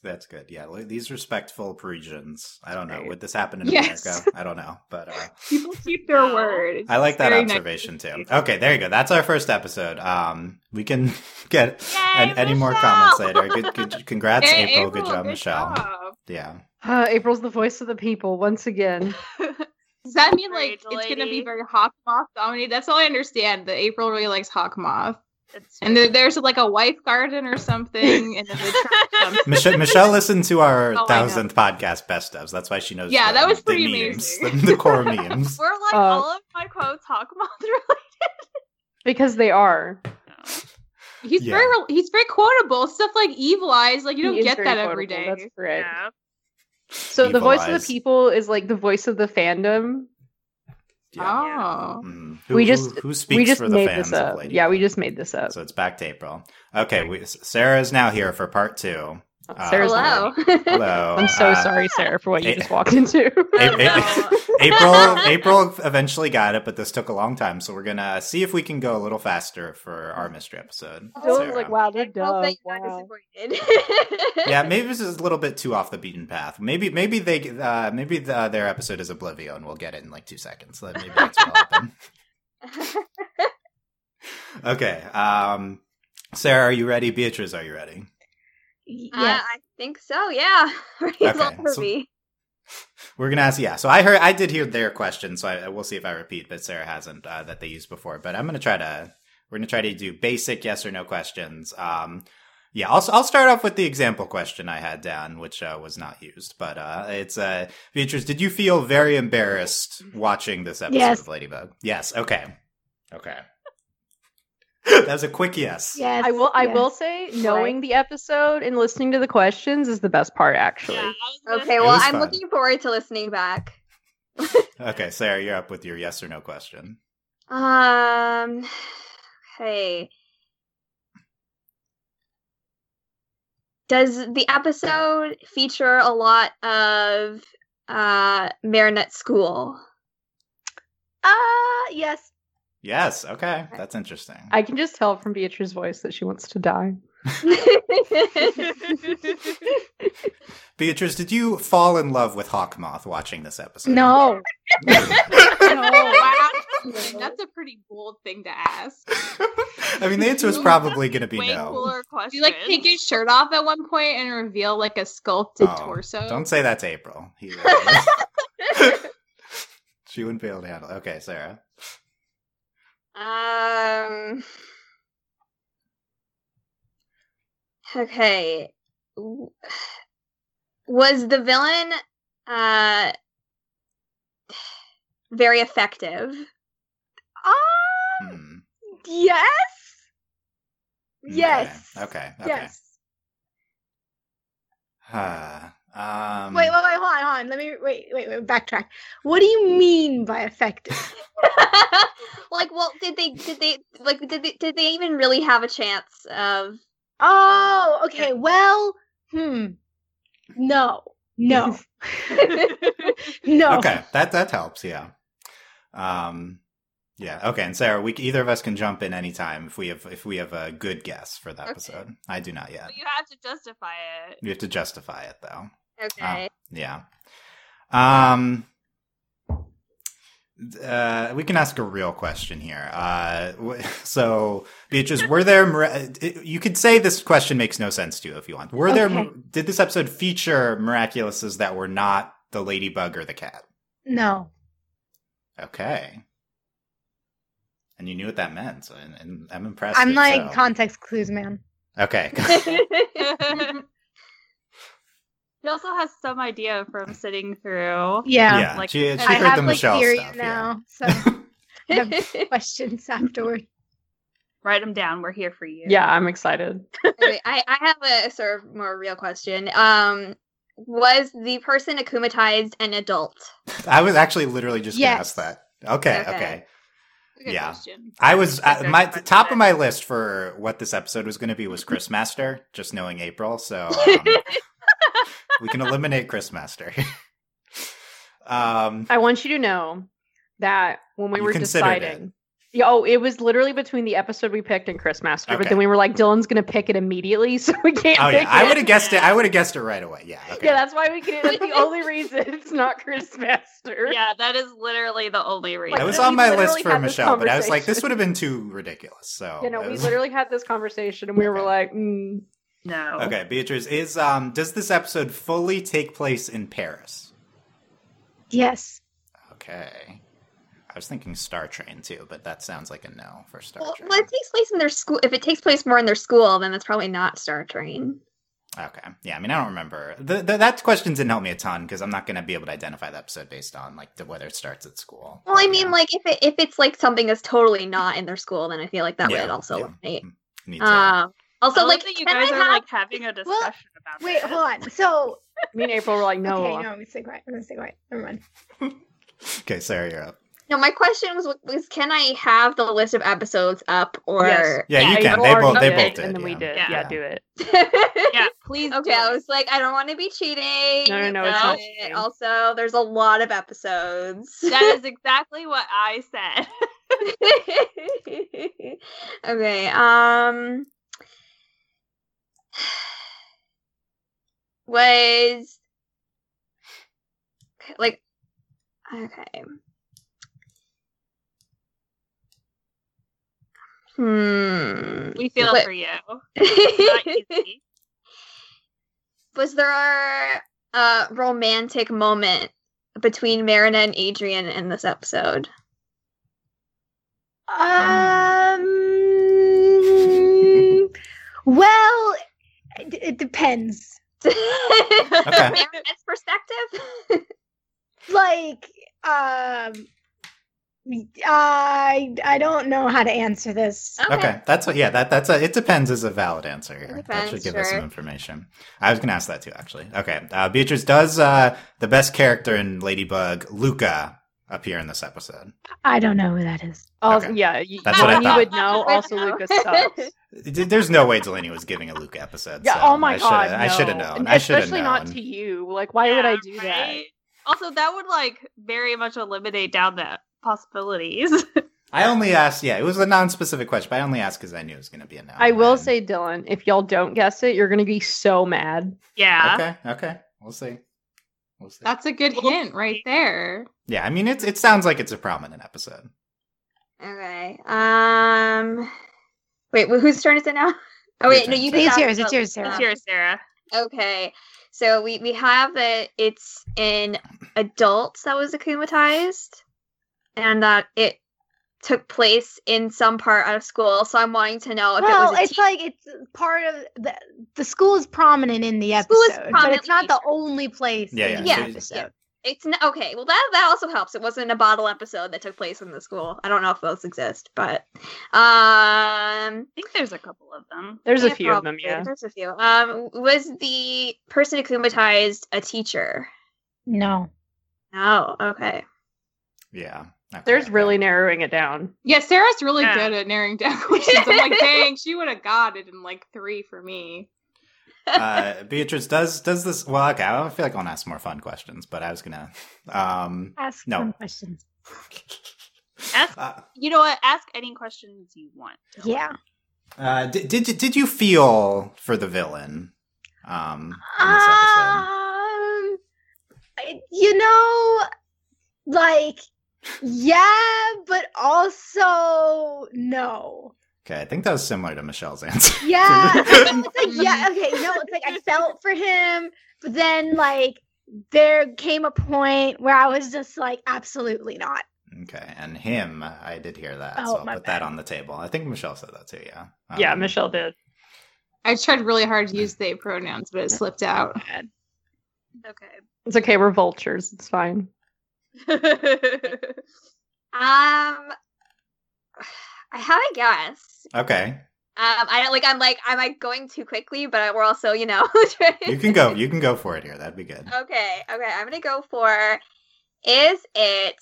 That's good. Yeah, li- these respectful Parisians. I don't know.
Right.
Would this happen in
Yes.
America? I don't know, but uh,
People keep their word. It's
I like that
very nice.
observation too. Okay, there you go. That's our first episode. Um, we can get
Yay,
an- any more
Michelle!
comments later. Good, good, congrats,
Hey,
April. Good job, Michelle.
job.
Yeah.
uh, April's the voice of the people once again.
Does that mean like
Great
it's gonna
lady.
be very hawk moth dominated? That's all I understand. That April really likes hawk moth,
It's
and there, there's like a wife garden or something, and then the church comes.
Michelle, Michelle listened to
Oh,
our
know.
thousandth podcast best ofs. That's why she knows.
Yeah,
the-
that was
the
pretty
memes,
amazing.
The, the core memes.
We're like
Uh,
all of my quotes hawk moth related.
Because they are.
He's
Yeah.
very re- he's very quotable. Stuff like evil eyes, like you
He
don't
is
get
very
that every
quotable,
day.
That's correct.
Yeah.
So the
Evil
voice of
eyes.
the people is like the voice of the fandom.
Yeah.
Oh,
Mhm.
We
who,
just-
who, who speaks
we just
for the
made
fans
this up.
of Lady
yeah, we just made this up.
So it's back to April. Okay, we, Sarah is now here for part two. Uh,
Sarah's
hello.
not-
Hello.
I'm so
Uh,
sorry, Sarah, for what you
eh.
just walked into.
Ap-
Oh, no.
April April eventually got it, but this took a long time, so we're gonna see if we can go a little faster for our mystery episode.
Dylan was
Sarah.
like, wow, they're
hope
dumb.
that you're
Wow.
not disappointed.
Yeah, maybe this is a little bit too off the beaten path. Maybe maybe they uh, maybe the, their episode is Oblivion. We'll get it in like two seconds. That- Maybe that's what happened. Okay. Um, Sarah, are you ready? Beatrice, are you ready?
yes.
Uh,
Yes.
I think so. Yeah. Ready as
Okay,
all for
so-
me.
We're gonna ask. Yeah. So I heard I did hear their question, so I, we'll see if I repeat, but Sarah hasn't uh, that they used before. But I'm gonna try to. We're gonna try to do basic yes or no questions. Um, yeah, I'll I'll start off with the example question I had down, which uh, was not used, but uh, it's uh, features. Did you feel very embarrassed watching this episode
Yes.
of Ladybug? Yes. Okay. Okay. that was a quick yes.
Yes.
I will. I
yes.
will say, knowing the episode and listening to the questions is the best part. Actually,
Yeah, I was gonna
Okay.
It
Well,
was
I'm
fun.
looking forward to listening back.
Okay, Sarah, you're up with your yes or no question.
Um. Okay. Does the episode feature a lot of uh Marinette School? Uh yes.
Yes. Okay, that's interesting.
I can just tell from Beatrice's voice that she wants to die.
Beatrice, did you fall in love with Hawkmoth watching this episode?
no.
Oh,
wow. that's a pretty bold thing to ask.
I mean, the answer is probably going to be
way
no.
cooler question.
Do you like take his shirt off at one point and reveal like a sculpted
Oh,
torso?
Don't say that's April. He- she wouldn't be able to handle it. Okay, Sarah.
Um. Okay. W- Was the villain uh very effective? Ah,
Hmm.
yes.
Okay,
Yes.
Okay. Okay.
Yes.
Ah, um,
Wait, wait, wait, hold on, hold on. Let me wait, wait, wait, backtrack. What do you mean by effective?
like well did they did they like did they did they even really have a chance of
oh, okay. Well, hmm. No. No. no.
Okay, that that helps. Yeah. Um. Yeah. Okay. And Sarah, we c- either of us can jump in anytime if we have if we have a good guess for the episode. I do not yet.
But you have to justify it.
We have to justify it though.
okay
Yeah. Um uh, we can ask a real question here. Uh, wh- so, Beatrice, were there? mir- You could say this question makes no sense to you if you want. Were there?
Okay.
Did this episode feature miraculouses that were not the ladybug or the cat?
No.
Okay, and you knew what that meant, so, and, and I'm impressed.
I'm
if
like
so.
context clues, man.
okay,
She also has some idea from sitting through.
Yeah.
yeah.
like-
she, she
I
heard
have
the
like
Michelle
theory
stuff. yeah.
now, so I have questions afterward.
Write them down. We're here for you.
Yeah, I'm excited.
Wait, I, I have a sort of more real question um was the person akumatized an adult
I was actually literally just gonna ask
Yes.
that. Okay, okay.
Okay.
Good
Yeah.
question.
I was
That's
uh,
very
my
much
the top
it.
of my list for what this episode was going to be was Chris Master. Just knowing April, so um, we can eliminate Chris Master. um,
I want you to know that when we
You
were
considered it.
deciding. Yeah, oh, it was literally between the episode we picked and Chris Master, but
Okay.
then we were like, Dylan's gonna pick it immediately, so we can't
oh
pick
yeah, I
it.
would have guessed it. I would have guessed it right away. Yeah. Okay.
Yeah, that's why we can't. That's the only reason it's not Chris Master.
yeah, that is literally the only reason.
that was
we
on my
literally
list for
had this
Michelle, but I was like,
conversation.
this would have been too ridiculous. So
You know,
that
we
was-
literally had this conversation and we were
Okay.
like, mm,
no.
Okay, Beatrice, is um does this episode fully take place in Paris?
Yes.
Okay. I was thinking Star Train too, but that sounds like a no for Star
Well,
Train.
well, it takes place in their school. If it takes place more in their school, then that's probably not Star Train.
Okay. Yeah, I mean, I don't remember. The, the, that question didn't help me a ton because I'm not going to be able to identify the episode based on like the, whether it starts at school.
Well, I
But,
mean,
yeah,
like if it if it's like something that's totally not in their school, then I feel like that
Yeah,
would also
yeah.
eliminate.
need to-
Um, also,
So like
like
that you
can
guys
I
are
have-
like having a discussion about
Wait,
this.
hold on. So
me and April were like, no.
okay, no, I'm gonna stay quiet. I'm gonna stay quiet. Never mind.
okay, Sarah, you're up.
no. My question was was can I have the list of episodes up or?
Yes.
Yeah, you
April
can. They
already
both they
did,
both did.
And then we
yeah.
did.
Yeah.
Yeah. do it.
Yeah, please.
Okay,
do
I
it.
was like, I don't want to be cheating.
No, no, no, it's
but
not cheating.
Also, there's a lot of episodes.
that is exactly what I said.
okay. Um. Was like okay. Hmm.
We feel
Wait.
for you. It's not easy.
was there a romantic moment between Marina and Adrian in this episode?
Um. well, it, it depends.
Okay.
Marina's perspective?
like um I I don't know how to answer this.
Okay. that's what. Yeah, that that's a. It depends is a valid answer here. that
depends,
should give us some
sure.
information. I was going to ask that too, actually. Okay, uh, Beatrice does uh, the best character in Ladybug, Luca, appear in this episode.
I don't know who that is.
Also,
Okay.
yeah, you,
That's
what I
Delaney
thought.
would know. Also,
I know.
Lucas sucks.
D- There's no way Delaney was giving a Luca episode.
Yeah.
so
oh my
I shoulda-
god.
I should have
no.
known.
And
I should have
Especially
known.
not to you. Like, why would I do
Yeah,
that?
right? Also, that would like very much eliminate down the possibilities.
I only asked, yeah, it was a non-specific question, but I only asked because I knew it was going to be a no.
I will
And-
say, Dylan, if y'all don't guess it, you're gonna be so mad.
yeah.
Okay, okay, we'll see. We'll see.
That's a good hint right there.
yeah, I mean, it's it sounds like it's a prominent episode.
Okay. Um. Wait, wh- whose turn is it now? Oh wait, no,
turn,
you.
Sarah.
can
It's
ask
yours, it's
the-
yours, Sarah.
It's yours, Sarah.
Okay. So we we have that it's in adults that was akumatized, and that it took place in some part out of school. So I'm wanting to know if
well,
it was a
it's like it's part of the the school is prominent in the
School is
episode, but it's not the
prominently-
only place.
Yeah,
in
yeah.
the
Yeah.
episode.
It's n okay. Well, that that also helps. It wasn't a bottle episode that took place in the school. I don't know if those exist, but
I
um,
think there's a couple of them.
There's a
yeah,
few of them,
probably.
yeah.
There's a few. Um, was the person akumatized a teacher?
No,
Oh, okay.
Yeah, Okay,
There's
okay.
really narrowing it down.
Yeah, Sarah's really
Yeah.
good at narrowing down questions. I'm like, dang, she would have got it in like three for me.
uh, Beatrice does does this. Well, okay, I feel like I want to ask more fun questions, but I was gonna. Um,
ask
No.
some questions.
Ask-
uh,
You know what? Ask any questions you want.
Yeah,
uh, did, did you- did you feel for the villain? Um, in this
Uh.
episode?
um, I- you know, like yeah, but also no.
Okay, I think that was similar to Michelle's answer.
Yeah, I know, it's like yeah, okay, no, it's like I felt for him, but then like there came a point where I was just like, absolutely not.
Okay, and him, I did hear that,
Oh,
so I'll
my
put
bad.
that on the table. I think Michelle said that too. Yeah.
yeah,
Um,
Michelle did.
I tried really hard to use they pronouns, but it slipped out.
It's okay. We're vultures. It's fine.
Okay.
Um, I have a guess.
Okay,
Um, I don't like. I'm like. I'm like going too quickly, but we're also, you know.
you can go. You can go for
Uh,
it here. That'd be good.
Okay, okay, I'm gonna go for is it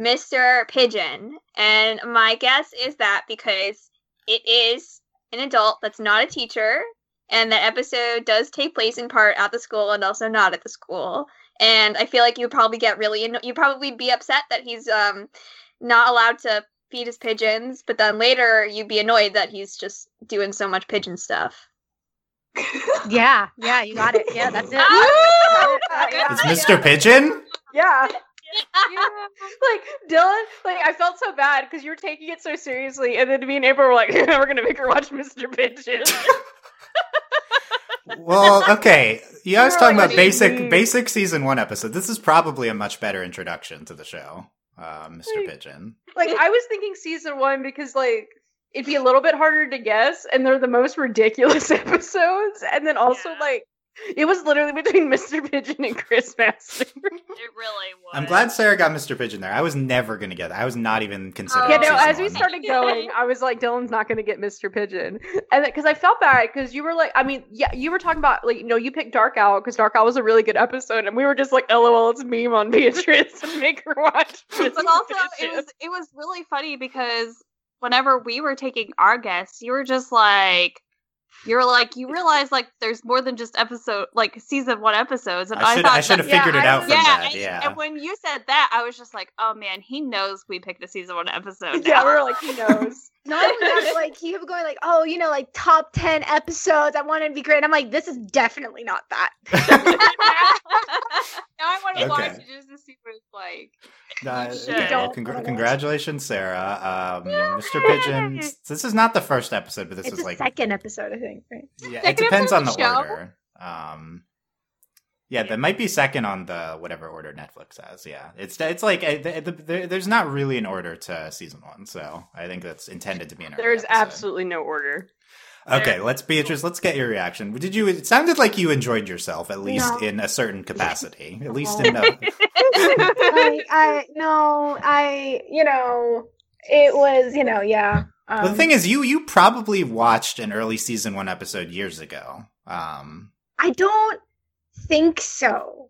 Mr. Pigeon. And my guess is that because it is an adult that's not a teacher, and that episode does take place in part at the school and also not at the school. And I feel like you'd probably get really, anno- you'd probably be upset that he's um not allowed to feed his pigeons, but then later you'd be annoyed that he's just doing so much pigeon stuff.
Yeah, yeah, you got it. Yeah, that's it.
Ah!
Uh, yeah.
It's Mr. Pigeon?
Yeah. like Dylan, like I felt so bad because you were taking it so seriously, and then me and April were like, "We're gonna make her watch Mr. Pigeon."
Well, okay. You guys talking
You're like,
about
what do you
basic
mean?
basic season one episode. This is probably a much better introduction to the show, uh, Mr.
Like-
Pigeon.
like I was thinking season one because like it'd be a little bit harder to guess, and they're the most ridiculous episodes, and then also
Yeah.
like it was literally between Mr. Pigeon and Chris Master.
It really was.
I'm glad Sarah got Mr. Pigeon there. I was never gonna get. I was not even considering.
Yeah,
Yeah,
no,
season
as we
one.
started going, I was like, Dylan's not going to get Mr. Pigeon. And because I felt bad because you were like, I mean, yeah, you were talking about, like, you know, you picked Dark Owl because Dark Owl was a really good episode. And we were just like, LOL, it's meme on Beatrice and make her watch.
but
Mr.
also it
Pigeon.
was it was really funny because whenever we were taking our guests, you were just like you were like you realize like there's more than just episode like season one episodes and
I
I,
should
thought
I should have
that-
yeah,
figured it
I
out
was-
from
yeah,
that.
and,
yeah.
and when you said that, I was just like, "Oh man, he knows we picked a season one episode."
yeah,
now.
we were like, he knows.
Not only that, but, like you were going like, oh, you know, like top ten episodes. I wanted to be great. I'm like, this is definitely not that.
Now I want to watch
Okay.
it just to see what it's like.
You
Uh, okay,
should.
well,
Don't
congr-
watch.
congratulations, Sarah. Um, Mr. Pigeon. s- This is not the first episode, but this
It's
was
the
like
second episode, I think. Right?
yeah. It
Second
depends
episode
on the
of the show?
order. Um, yeah, that might be second on the whatever order Netflix has. Yeah, it's it's like uh, the, the, the, there's not really an order to season one, so I think that's intended to be an. early
There's
episode.
absolutely no order.
okay. Let's Beatrice. Let's get your reaction. Did you? It sounded like you enjoyed yourself, at least
No.
in a certain capacity, at least in the
like, I no, I you know, it was you know, yeah. Um,
Well, the thing is, you you probably watched an early season one episode years ago. Um,
I don't think so.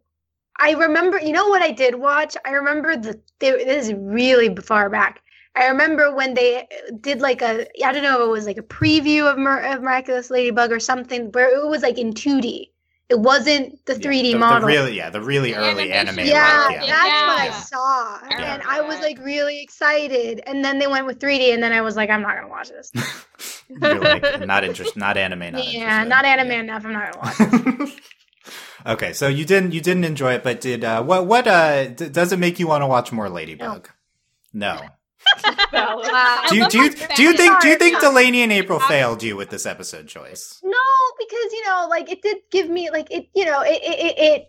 I remember, you know what I did watch? I remember the they, this is really far back. I remember when they did like a I don't know if it was like a preview of, Mir- of Miraculous Ladybug or something where it was like in 2D. It wasn't the 3D
yeah, the,
model.
The really, yeah, the really
The
early
animation.
anime. like,
yeah,
yeah.
that's
Yeah.
what I
Yeah.
saw, and I was
Yeah.
like really excited. And then they went with 3D, and then I was like, I'm not gonna watch this.
You're like not interest, not anime, not
yeah,
interested.
not anime
Yeah.
enough. I'm not gonna watch. it.
okay, so you didn't you didn't enjoy it, but did uh, what what uh, d- does it make you want to watch more Ladybug? No.
Valid.
I
Do you
love
do you,
my
do you think do you
sorry.
think Delaney and April failed you with this episode choice?
No, because you know, like it did give me like it, you know, it it, it it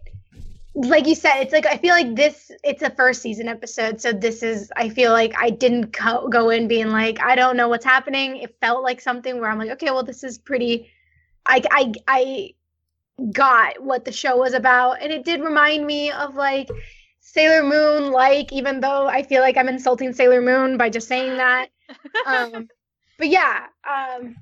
like you said, it's like I feel like this it's a first season episode, so this is I feel like I didn't co- go in being like I don't know what's happening. It felt like something where I'm like, okay, well this is pretty I I I got what the show was about and it did remind me of like Sailor Moon like even though I feel like I'm insulting Sailor Moon by just saying that. Um but yeah, um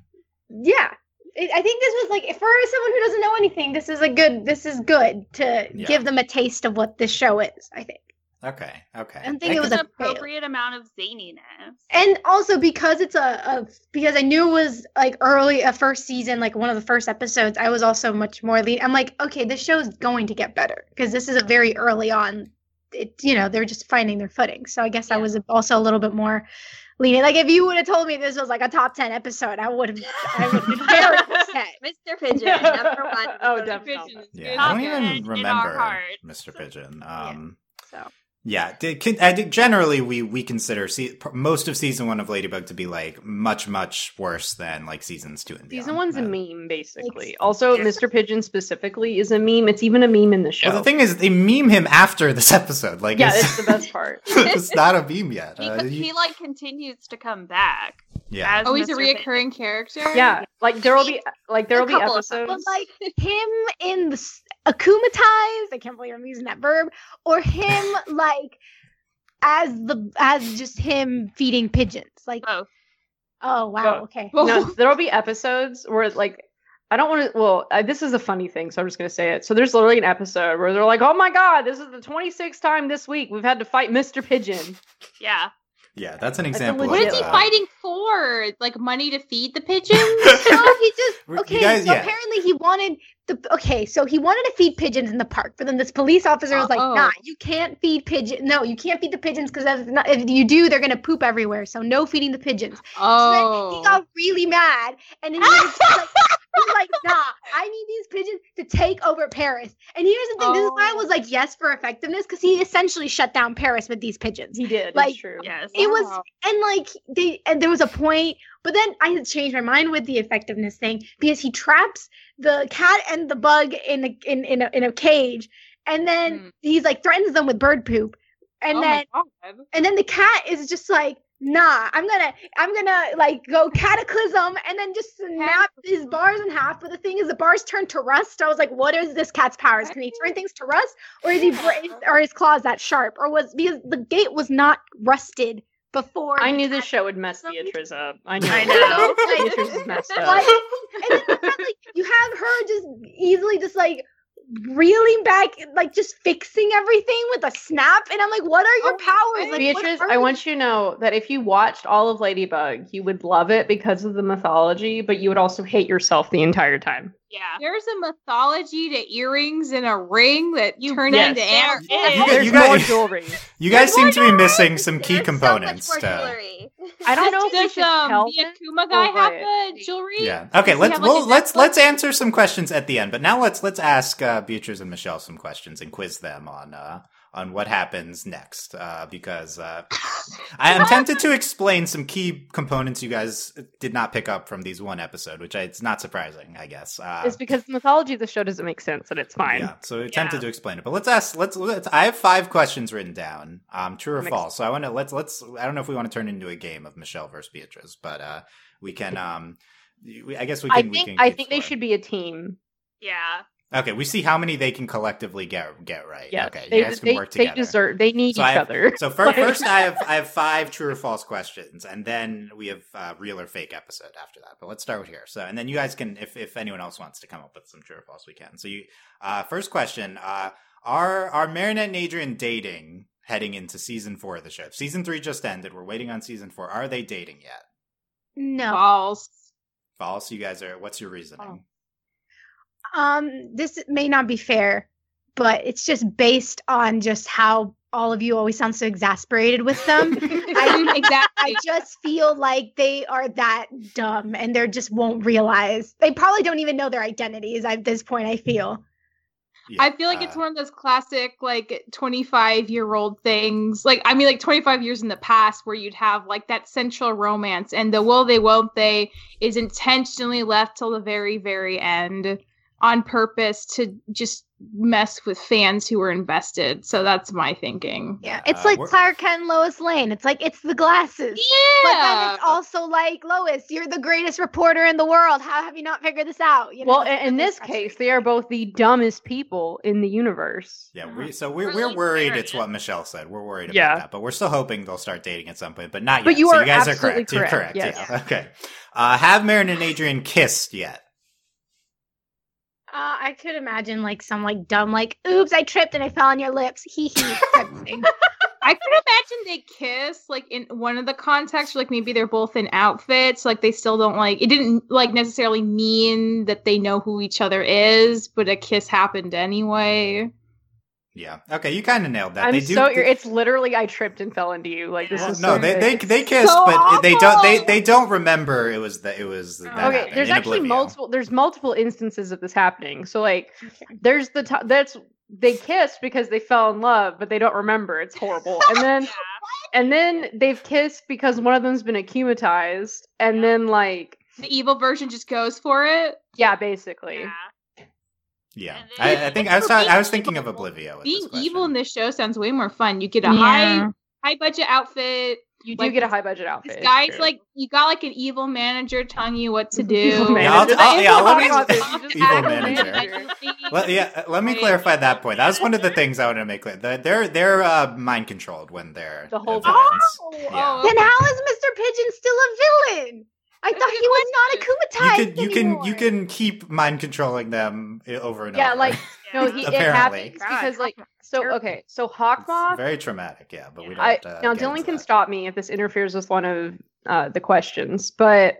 yeah, I I think this was like for someone who doesn't know anything, this is a good. This is good to
Yeah.
give them a taste of what this show is. I think,
Okay, okay.
I don't think
I
it
could-
was
an
a fail.
appropriate amount of zaniness.
and also because it's a, a because I knew it was like early a first season, like one of the first episodes. I was also much more lean. I'm like, okay, this show's going to get better because this is a very early on. It you know they're just finding their footing. So I guess I
Yeah.
was also a little bit more leaning. Like if you would have told me this was like a top ten episode, I would have I would have been very upset.
Mr. Pigeon, number one.
Oh,
Mr.
definitely.
Pigeon.
Yeah, I don't
Not good
even
in our
remember
heart.
Mr. Pigeon. Um,
So.
yeah, di- can- I di- generally we we consider se- pr- most of season one of Ladybug to be like much much worse than like seasons two and beyond.
Season one's a
Uh,
meme, basically. Also,
Yeah.
Mr. Pigeon specifically is a meme. It's even a meme in the show.
Well, the thing is, they meme him after this episode. Like,
yeah,
it's,
it's the best part.
it's not a meme yet.
He,
Uh,
co-
you-
he like continues to come back.
yeah,
as
Oh, he's a
Mr.
reoccurring character.
Yeah, like there will be like there will be
couple of
But
episodes.
like him in the s- akumatized, I can't believe I'm using that verb, or him like as the as just him feeding pigeons. Like
Both.
oh wow,
Both.
okay.
Well,
No, there will be episodes where like I don't want to. Well, I, this is a funny thing, so I'm just going to say it. So there's literally an episode where they're like, "Oh my god, this is the 26th time this week we've had to fight Mr. Pigeon."
Yeah.
Yeah, that's an example.
legit-
What
of,
is he
uh,
fighting for? Like money to feed the pigeons?
no, he just
You
okay.
guys-
so
yeah.
apparently he wanted the okay. So he wanted to feed pigeons in the park, but then this police officer was like,
Uh-oh.
"Nah, you can't feed pigeons. No, you can't feed the pigeons because if you do, they're gonna poop everywhere. So no feeding the pigeons." So then he
Oh.
got really mad, and then he was just like, he was like, "Nah, I need these pigeons to take over Paris." And here's the thing: this is why I
Oh.
was like, "Yes" for effectiveness because he essentially shut down Paris with these pigeons.
He did.
Like,
it's true.
Yes.
It was
Wow.
and like they and there was a point but then i had changed my mind with the effectiveness thing because he traps the cat and the bug in a in, in, a, in a cage and then
Hmm.
he's like threatens them with bird poop and
Oh
then
my God.
and then the cat is just like nah i'm gonna i'm gonna like go cataclysm and then just snap his bars in half but the thing is the bars turn to rust i was like what is this cat's powers can he turn things to rust or is he bra- are his claws that sharp or was because the gate was not rusted before
I
the
knew this
cat-
show would mess Beatrice up. I knew.
I
it.
know.
Beatrice is messed up.
Like, and then you have, like you have her just easily just like reeling back like just fixing everything with a snap and i'm like what are your
Oh,
powers like, what
Beatrice,
are
I
you-
want you to know that if you watched all of Ladybug, you would love it because of the mythology, but you would also hate yourself the entire time.
Yeah.
There's a mythology to earrings and a ring that you turn
Yes.
into
There
anarchy.
is.
You got-
There's
you got-
more jewelry.
You guys seem to be missing some
There's
key
so much
components.
more
to,
jewelry.
I don't know if we
Does
should
um,
tell.
the
them.
Akuma guy
over
have
it.
the jewelry?
yeah. Okay.
Does he
Let's
have, like, a
we'll, let's
necklace?
let's answer some questions at the end. But now let's let's ask uh, Beatrice and Michelle some questions and quiz them on uh, on what happens next uh, because uh, I am tempted to explain some key components you guys did not pick up from these one episode, which I, it's not surprising, I guess. Uh,
It's because the mythology of the show doesn't make sense, and it's fine.
Yeah, so we attempted to explain it, but let's ask. Let's, let's. I have five questions written down, um, true or
Mix-
false. So I want to let's let's. I don't know if we want to turn into a game of Michelle versus Beatrice, but uh, we can. Um, we, I guess we can.
I
we
think
can
I
keep
think they
score.
should be a team.
Yeah.
Okay, we see how many they can collectively get get right.
Yes,
okay,
they,
you guys can
they,
work
they
together.
deserve. They need
So
each
I-
other.
so first, first, I have I have five true or false questions, and then we have uh, real or fake episode after that. But let's start with here. So, and then you guys can, if if anyone else wants to come up with some true or false, we can. So, you uh, first question: uh, Are are Marinette and Adrian dating heading into season four of the show? Season three just ended. We're waiting on season four. Are they dating yet?
no
False.
False. You guys are. What's your
Oh.
reasoning?
Um, this may not be fair, but it's just based on just how all of you always sound so exasperated with them. I- I
exactly.
just feel like they are that dumb and they just won't realize. They probably don't even know their identities at this point, I feel.
Yeah,
I feel like it's
uh,
one of those classic, like 25 year old things. Like, I mean, like 25 years in the past where you'd have like that central romance and the will they, won't they is intentionally left till the very, very end on purpose to just mess with fans who were invested. So that's my thinking.
Yeah.
Yeah,
It's
uh,
like
we're-
Clark Kent and Lois Lane. It's like it's the glasses. But then
Yeah.
it's also like Lois, you're the greatest reporter in the world. How have you not figured this out? You
well,
it's
in, in
really
this case,
frustrating.
they are both the dumbest people in the universe.
Yeah, we, so we're,
We're
we're
like
worried
married.
it's what Michelle said. We're worried about
Yeah.
that, but we're still hoping they'll start dating at some point, but not yet.
But you
so
are
you guys are
absolutely
correct. You're
correct,
correct.
yes.
Yeah. Okay. Uh, have Marin and Adrian kissed yet?
Uh, I could imagine like some like dumb like oops I tripped and I fell on your lips hee hee type thing.
I could imagine they kiss like in one of the contexts, like maybe they're both in outfits, like they still don't like it didn't like necessarily mean that they know who each other is, but a kiss happened anyway.
Yeah. Okay. You kind of nailed that.
I'm
they do.
so. It's literally I tripped and fell into you. Like this
Well,
is
no,
so
they, they
ridiculous.
they kissed,
So
but they don't they
awful!
they don't remember it was that it was that
okay
happened
there's
in
actually
Oblivion.
multiple there's multiple instances of this happening so like there's the t- that's they kissed because they fell in love but they don't remember it's horrible and then
Yeah.
and then they've kissed because one of them's been akumatized and then like
The evil version just goes for it.
yeah basically
Yeah.
Yeah,
And then-
I, I think I was
For being
I was thinking of
evil-
Oblivion. With
Being
this
evil
question.
in this show sounds way more fun. You get a high
Yeah.
high budget outfit.
you do
Like,
get a high budget outfit
This
it's
guy's
true.
like you got like an evil manager telling you what to
Evil
do.
Yeah, I'll-
manager.
I'll-
The
yeah,
"Oh,
evil
let me-
manager. You just
Evil
act like a
manager. Let, yeah, uh, let me
Wait.
clarify that point. That was one of the things I wanted to make clear. They're they're, they're uh, mind controlled when they're
The whole
villains.
Oh,
Yeah.
Then how is Mr. Pigeon still a villain? I
That's
thought
a
he
good
was
You can
not a kumatai.
you can you can keep mind controlling them i- over and
Yeah,
over.
like, No, he, it
Apparently.
Oh
happens
God,
because like so.
terrible.
Okay, so
It's
Hawkmoth
very traumatic. Yeah, but we don't.
I,
have to
now
get into
Dylan can
that.
stop me if this interferes with one of uh, the questions, but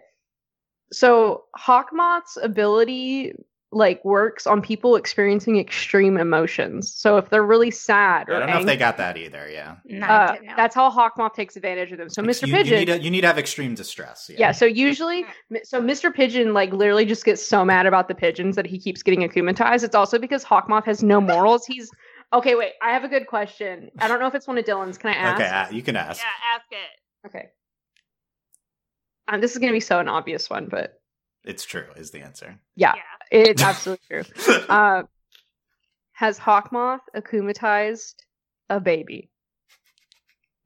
so Hawkmoth's ability like works on people experiencing extreme emotions. So if they're really sad or
I don't know if they
angry,
got that either. Yeah.
No, I
uh,
didn't know.
that's how Hawkmoth takes advantage of them. So
Ex-
Mr.
you,
Pigeon,
You need, to, you need to have extreme distress. Yeah.
yeah. So usually, mi- so Mr. Pigeon like literally just gets so mad about the pigeons that he keeps getting akumatized. It's also because Hawkmoth has no morals. He's okay. Wait, I have a good question. I don't know if it's one of Dylan's. Can I ask?
Okay, uh, you can
Yeah,
ask.
ask it.
Okay. Um, this is going to be so an obvious one, but
It's true. Is the answer.
Yeah. it's absolutely true. Uh, has Hawkmoth akumatized a baby?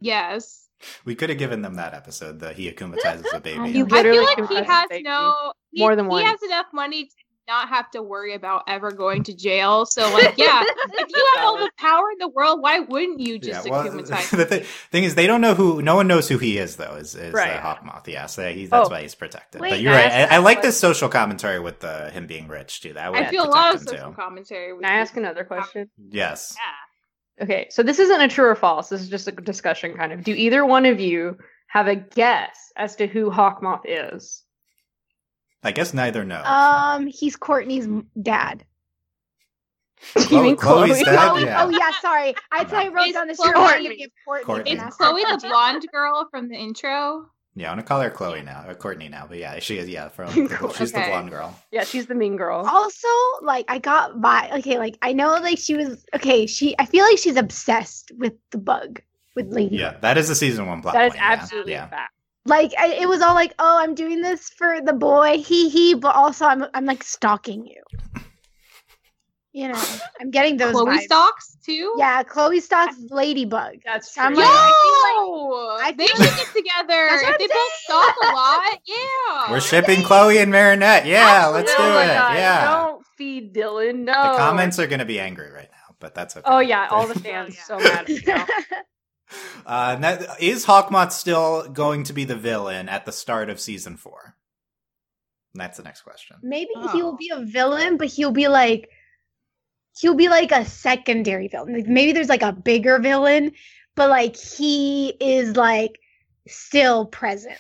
Yes.
we could have given them that episode. The he akumatizes a baby.
You
and-
I feel
literally
like
can
he
have
has
safety.
no he-
More than one.
He has enough money to not have to worry about ever going to jail. So like, yeah, if you have all the power in the world, why wouldn't you
yeah,
just
well,
accumulate?
the thi- thing is, they don't know who. No one knows who he is, though. Is is
Right.
uh, Hawkmoth? Yeah, so he, that's
Oh.
why he's protected.
Wait,
but you're right.
ask
I, I like
what-
this social commentary with the him being rich too. That would
I feel a
protect
lot of
him,
social
too.
commentary.
Can I ask another question?
Yes.
Okay, so this isn't a true or false. This is just a discussion, kind of. Do either one of you have a guess as to who Hawkmoth is?
I guess neither know.
Oh.
Um, he's Courtney's m- dad.
Chloe- Chloe's dad?
Chloe,
Yeah.
Oh yeah, sorry. I thought I wrote
It's
down the
Chloe.
show. I'm gonna give Courtney.
Courtney.
an
Is
It's
asshole.
Chloe the blonde girl from the intro?
yeah, I'm gonna call her Chloe now or Courtney now. But yeah, she is. Yeah, from she's the
Okay.
blonde girl.
Yeah, she's the mean girl.
Oh,
Also, like I got by. Okay, like I know, like she was okay. She, I feel like she's obsessed with the bug, with Lady.
Yeah, that is the season one plot.
that is
point, yeah.
absolutely
Yeah.
a fact.
Like I, it was all like, oh, I'm doing this for the boy, he he. But also, I'm I'm like stalking you. You know, I'm getting those
Chloe
vibes.
Stocks too.
Yeah, Chloe stalks Ladybug.
That's true.
I'm
Yo,
like,
I
I
feel like,
feel
they should get together.
That's what
If
I'm
they both stalk a lot, yeah.
We're shipping Chloe and Marinette. Yeah, let's do
oh my
it.
God,
Yeah.
Don't feed Dylan. No.
The comments are going to be angry right now, but that's okay.
Oh yeah, all the fans
yeah.
so mad. Right now.
uh, now, is Hawkmoth still going to be the villain at the start of season four? And that's the next question.
Maybe
Oh.
he'll be a villain, but he'll be like he'll be like a secondary villain. Like maybe there's like a bigger villain, but like he is like still present.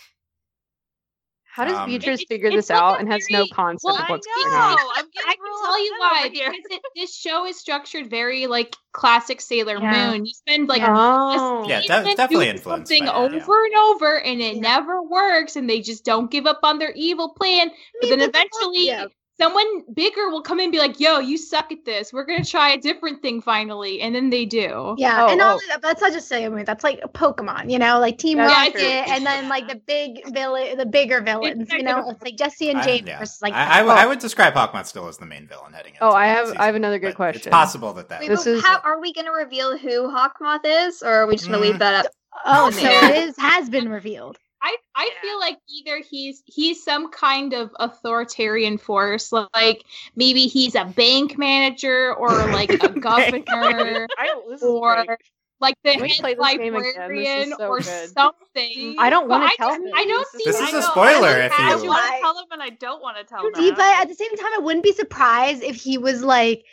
How does
Um,
Beatrice
It-
figure
it's
this
like
out
a
and has no
very-
concept
well,
of
I
what's going
know.
on?
I'm
I
getting
can
real
tell you
upset
why,
over here, Because it, this show is structured very like classic Sailor
Yeah.
Moon. You spend like
oh,
Yeah,
season
de- definitely
doing
influenced
something
by that,
over
yeah.
and over, and it
Yeah.
never works, and they just don't give up on their evil plan. But
mean,
then
that's what-
eventually,
yeah.
someone bigger will come in and be like, "Yo, you suck at this. We're gonna try a different thing finally," and then they do.
Yeah,
Oh,
and all
oh.
of that, but that's not just Sailor Moon. That's like a Pokemon, you know, like Team
Yeah,
Rocket,
true.
and then like the big villain, the bigger villains, you know, it's like Jesse and
I-
James
yeah.
versus like.
I, I, would- I would describe Hawkmoth still as the main villain heading into
Oh, I have
season,
I have another
but
good question.
It's possible that that
Wait,
is
This
but
is-
how, are we going to reveal who Hawkmoth is, or are we just going to
Mm.
leave that up?
oh, so it is has been revealed.
I I
Yeah.
feel like either he's he's some kind of authoritarian force, like maybe he's a bank manager or like a governor,
I, this is
or-
great.
like the
Can we play
head
this game again? This is
librarian
so
or
good.
something.
I don't
But
wanna
I
tell
just-
him.
I don't
This
see.
is-
This
I
is a
know, I
spoiler
don't
if
have-
you-
I do want
Right.
to tell them, and I don't want to tell
Oh,
them.
But at the same time, I wouldn't be surprised if he was like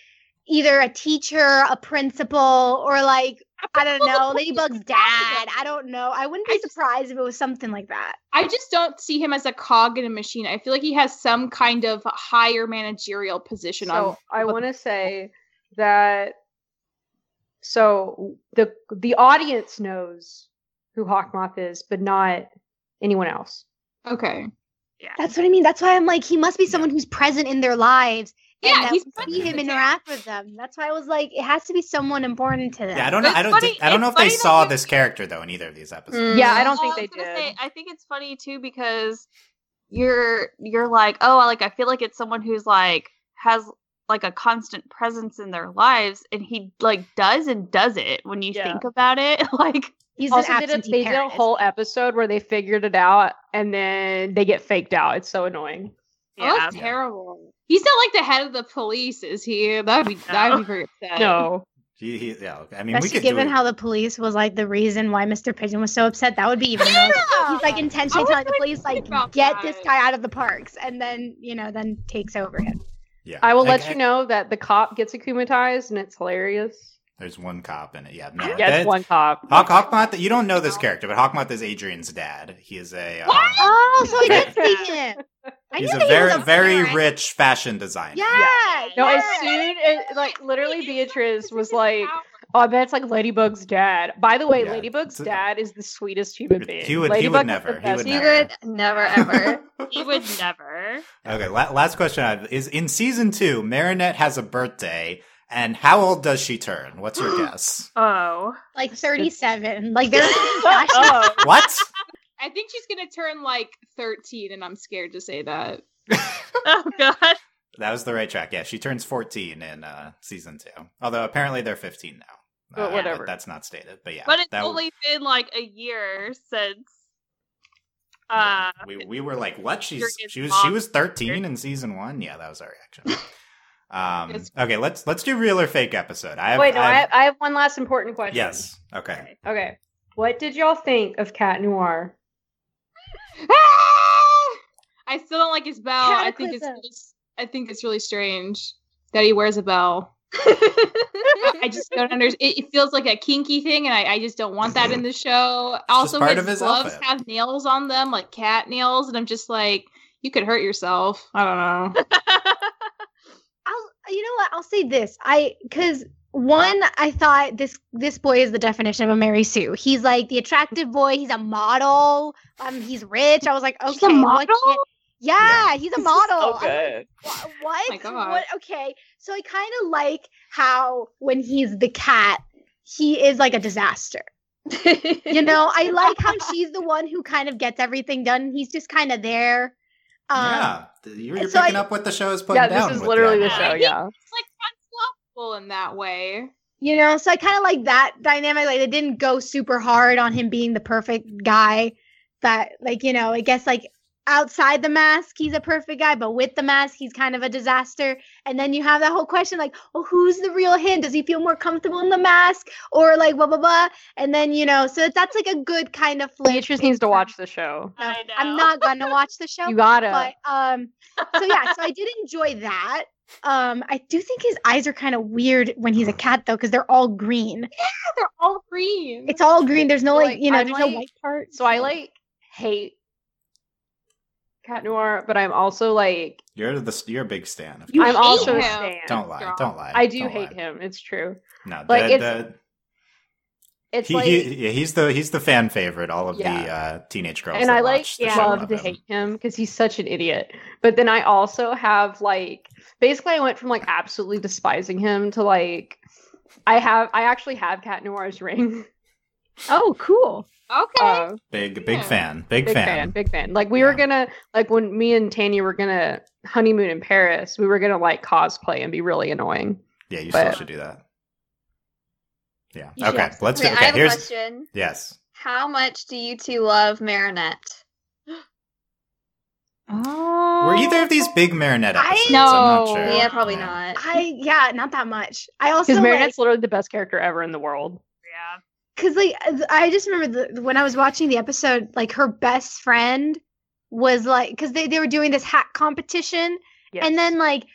either a teacher, a principal, or like I don't know, Ladybug's dad. I don't know. I wouldn't
I
be
just-
surprised if it was something like that.
I just don't see him as a cog in a machine. I feel like he has some kind of higher managerial position on.
So I want to say that. So the the audience knows who Hawkmoth is, but not anyone else.
Okay.
That's what I mean. That's why I'm like, he must be someone who's present in their lives. and
Yeah,
that
he's
we
present
see
in
him
their
interact with them. That's why I was like, it has to be someone important to them.
Yeah, I don't know.
It's
I don't.
funny-
think- I don't
it's
know if they
funny that
saw
you-
this character though in either of these episodes.
Yeah, I don't
Oh,
think
I
they
was
did.
gonna say, I think it's funny too because you're you're like, oh, like I feel like it's someone who's like has like a constant presence in their lives, and he like does and does it when you
Yeah.
think about it. Like,
He's
also,
an
they, did,
absentee
they did a
parent.
whole episode where they figured it out, and then they get faked out. It's so annoying.
Oh,
yeah,
that's terrible. He's not like the head of the police, is he? That'd be that'd be very upset.
No,
He- he- yeah, okay. I mean, we
Especially
could do
given
it-
how the police was like the reason why Mr. Pigeon was so upset, that would be even.
Yeah!
worse. He's like
I
intentionally
was
telling the
gonna
police,
think
like,
about
get
that.
this guy out of the parks, and then you know, then takes over him.
yeah.
I will
Like,
let
I-
you know that the cop gets akumatized and it's hilarious.
There's one cop in it. Yeah,
Yeah,
no.
it's
that-
one cop.
Hawk Hawkmoth. You don't know this character, but Hawkmoth is Adrian's dad. He is a um,
Oh, so I did
Yeah.
see him. I
he's
knew
a
that he
very
was
very
parent.
rich fashion designer.
Yeah.
No,
yeah.
as soon as like literally Beatrice was like,
Power.
"Oh, I bet it's like Ladybug's dad." By the way,
Yeah,
Ladybug's
it's a-
dad is the sweetest human being.
He would- he would
Ladybug is
never.
the
He
best-
would
He
Never.
would never ever.
He would never.
Okay, la- last question I have is in season two, Marinette has a birthday, and how old does she turn? What's your guess?
Oh.
like 37. Like they're
Oh,
What?
I think she's gonna turn like 13, and I'm scared to say that.
Oh god.
That was the right track. Yeah, she turns 14 in uh, season two. Although apparently they're 15 now. Uh,
But whatever.
that's not stated. But yeah.
But it's
that w-
only been like a year since
yeah,
uh
we, we were like, what? She's
Jurgen's
she was she
mom-
was 13 in season one. Yeah, that was our reaction. Um,
It's-
okay, let's let's do real or fake episode. I have,
wait, no, I
I
have, I have one last important question.
yes. Okay.
Okay. What did y'all think of Cat Noir?
Ah! I still don't like his bell. I think it's
Cataclysm.
really, I think it's really strange that he wears a bell. I I just don't understand. It, it feels like a kinky thing, and I, I just don't want that in the show. also,
part
his,
of his
gloves
outfit.
have nails on them, like cat nails, and I'm just like, you could hurt yourself. I don't know.
I'll, you know what? I'll say this. I because one, I thought this this boy is the definition of a Mary Sue. He's like the attractive boy. He's a model. Um, he's rich. I was like, okay,
He's a
what
model?
can't- Yeah, he's a model.
Oh,
I'm like,
good.
"Wha- what?
my God.
What? Okay, so I kind of like how when he's the cat, he is like a disaster. you know, I like how she's the one who kind of gets everything done. and He's just kind of there. Um,
yeah. You're, you're
so
picking
I-
up what the show is putting
Yeah,
down.
this is
with
literally the
other
show.
one.
Yeah.
It's like unflappable in that way.
you know so i kind of like that dynamic like they didn't go super hard on him being the perfect guy that like you know i guess like outside the mask he's a perfect guy but with the mask he's kind of a disaster and then you have that whole question like oh who's the real him does he feel more comfortable in the mask or like blah blah blah and then you know so that's like a good kind of flavor
Beatrice needs to watch the show.
No,
I know.
i'm not gonna watch the show
You gotta.
but um so yeah so i did enjoy that um i do think his eyes are kind of weird when he's a cat though because they're all green
Yeah, they're all green.
it's all green. There's no like,
Like,
you know,
I
there's
like-
no white part.
So I like hate Cat Noir, but I'm also like
You're the you're a big stan. Of
You
I'm
hate
also a
him.
stan.
don't lie.
God.
Don't lie.
I do
don't
hate
lie.
him. It's true.
No,
Like,
the,
it's-
the,
It's
he,
like
he, yeah, he's the he's the fan favorite. All of the
Yeah.
uh, teenage girls
and
that
I like
watch the
yeah,
show
love
love
to
him.
hate him because he's such an idiot. But then I also have like basically I went from like absolutely despising him to like I have I actually have Cat Noir's ring.
oh, cool.
okay.
Uh,
Big big
Yeah.
fan, big,
big fan.
fan.
big fan. Like we were
Yeah.
gonna like when me and Tanya were gonna honeymoon in Paris, we were gonna like cosplay and be really annoying.
Yeah, you
But-
still should do that. Yeah.
You should
okay.
have
Let's do.
Okay, I
Okay.
have a
Here's
question.
yes.
How much do you two love Marinette?
uh,
Were either of these big Marinette
I-
episodes? I'm not
No.
sure.
Yeah, probably not.
I yeah, not that much. I also
Because Marinette's
like
literally the best character ever in the world.
Yeah.
because like I just remember the, when I was watching the episode, like her best friend was like because they they were doing this hat competition,
Yes.
and then like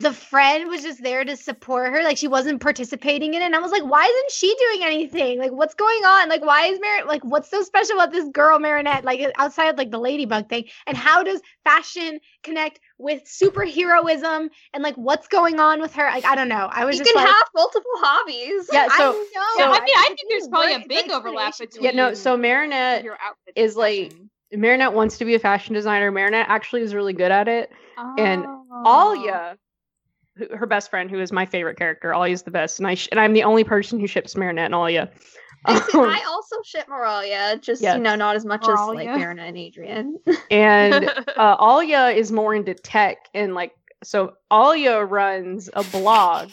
the friend was just there to support her, like she wasn't participating in it. And I was like, why isn't she doing anything? Like, what's going on? Like, why is Marinette? Like, what's so special about this girl Marinette? Like outside of, like the ladybug thing, and how does fashion connect with superheroism? And like, what's going on with her? Like, I don't know. I was
You
just
can
like,
have multiple hobbies.
Yeah, so-
know.
Yeah, I mean, I
just
think
need
there's probably a
word-
big
like,
overlap
explanation.
Yeah, no,
Ooh.
so Marinette
Your outfit
is, like, Marinette wants to be a fashion designer. Marinette actually is really good at it. and Alia, who, her best friend, who is my favorite character, Alia's the best, and I sh- and I'm the only person who ships Marinette and Alia.
I, see,
Um,
I also ship Moralia, just
Yes.
you know, not as much as
Moralia.
like Marinette and Adrian.
and uh, Alia is more into tech and like so Alia runs
Oh. Ah!
a blog.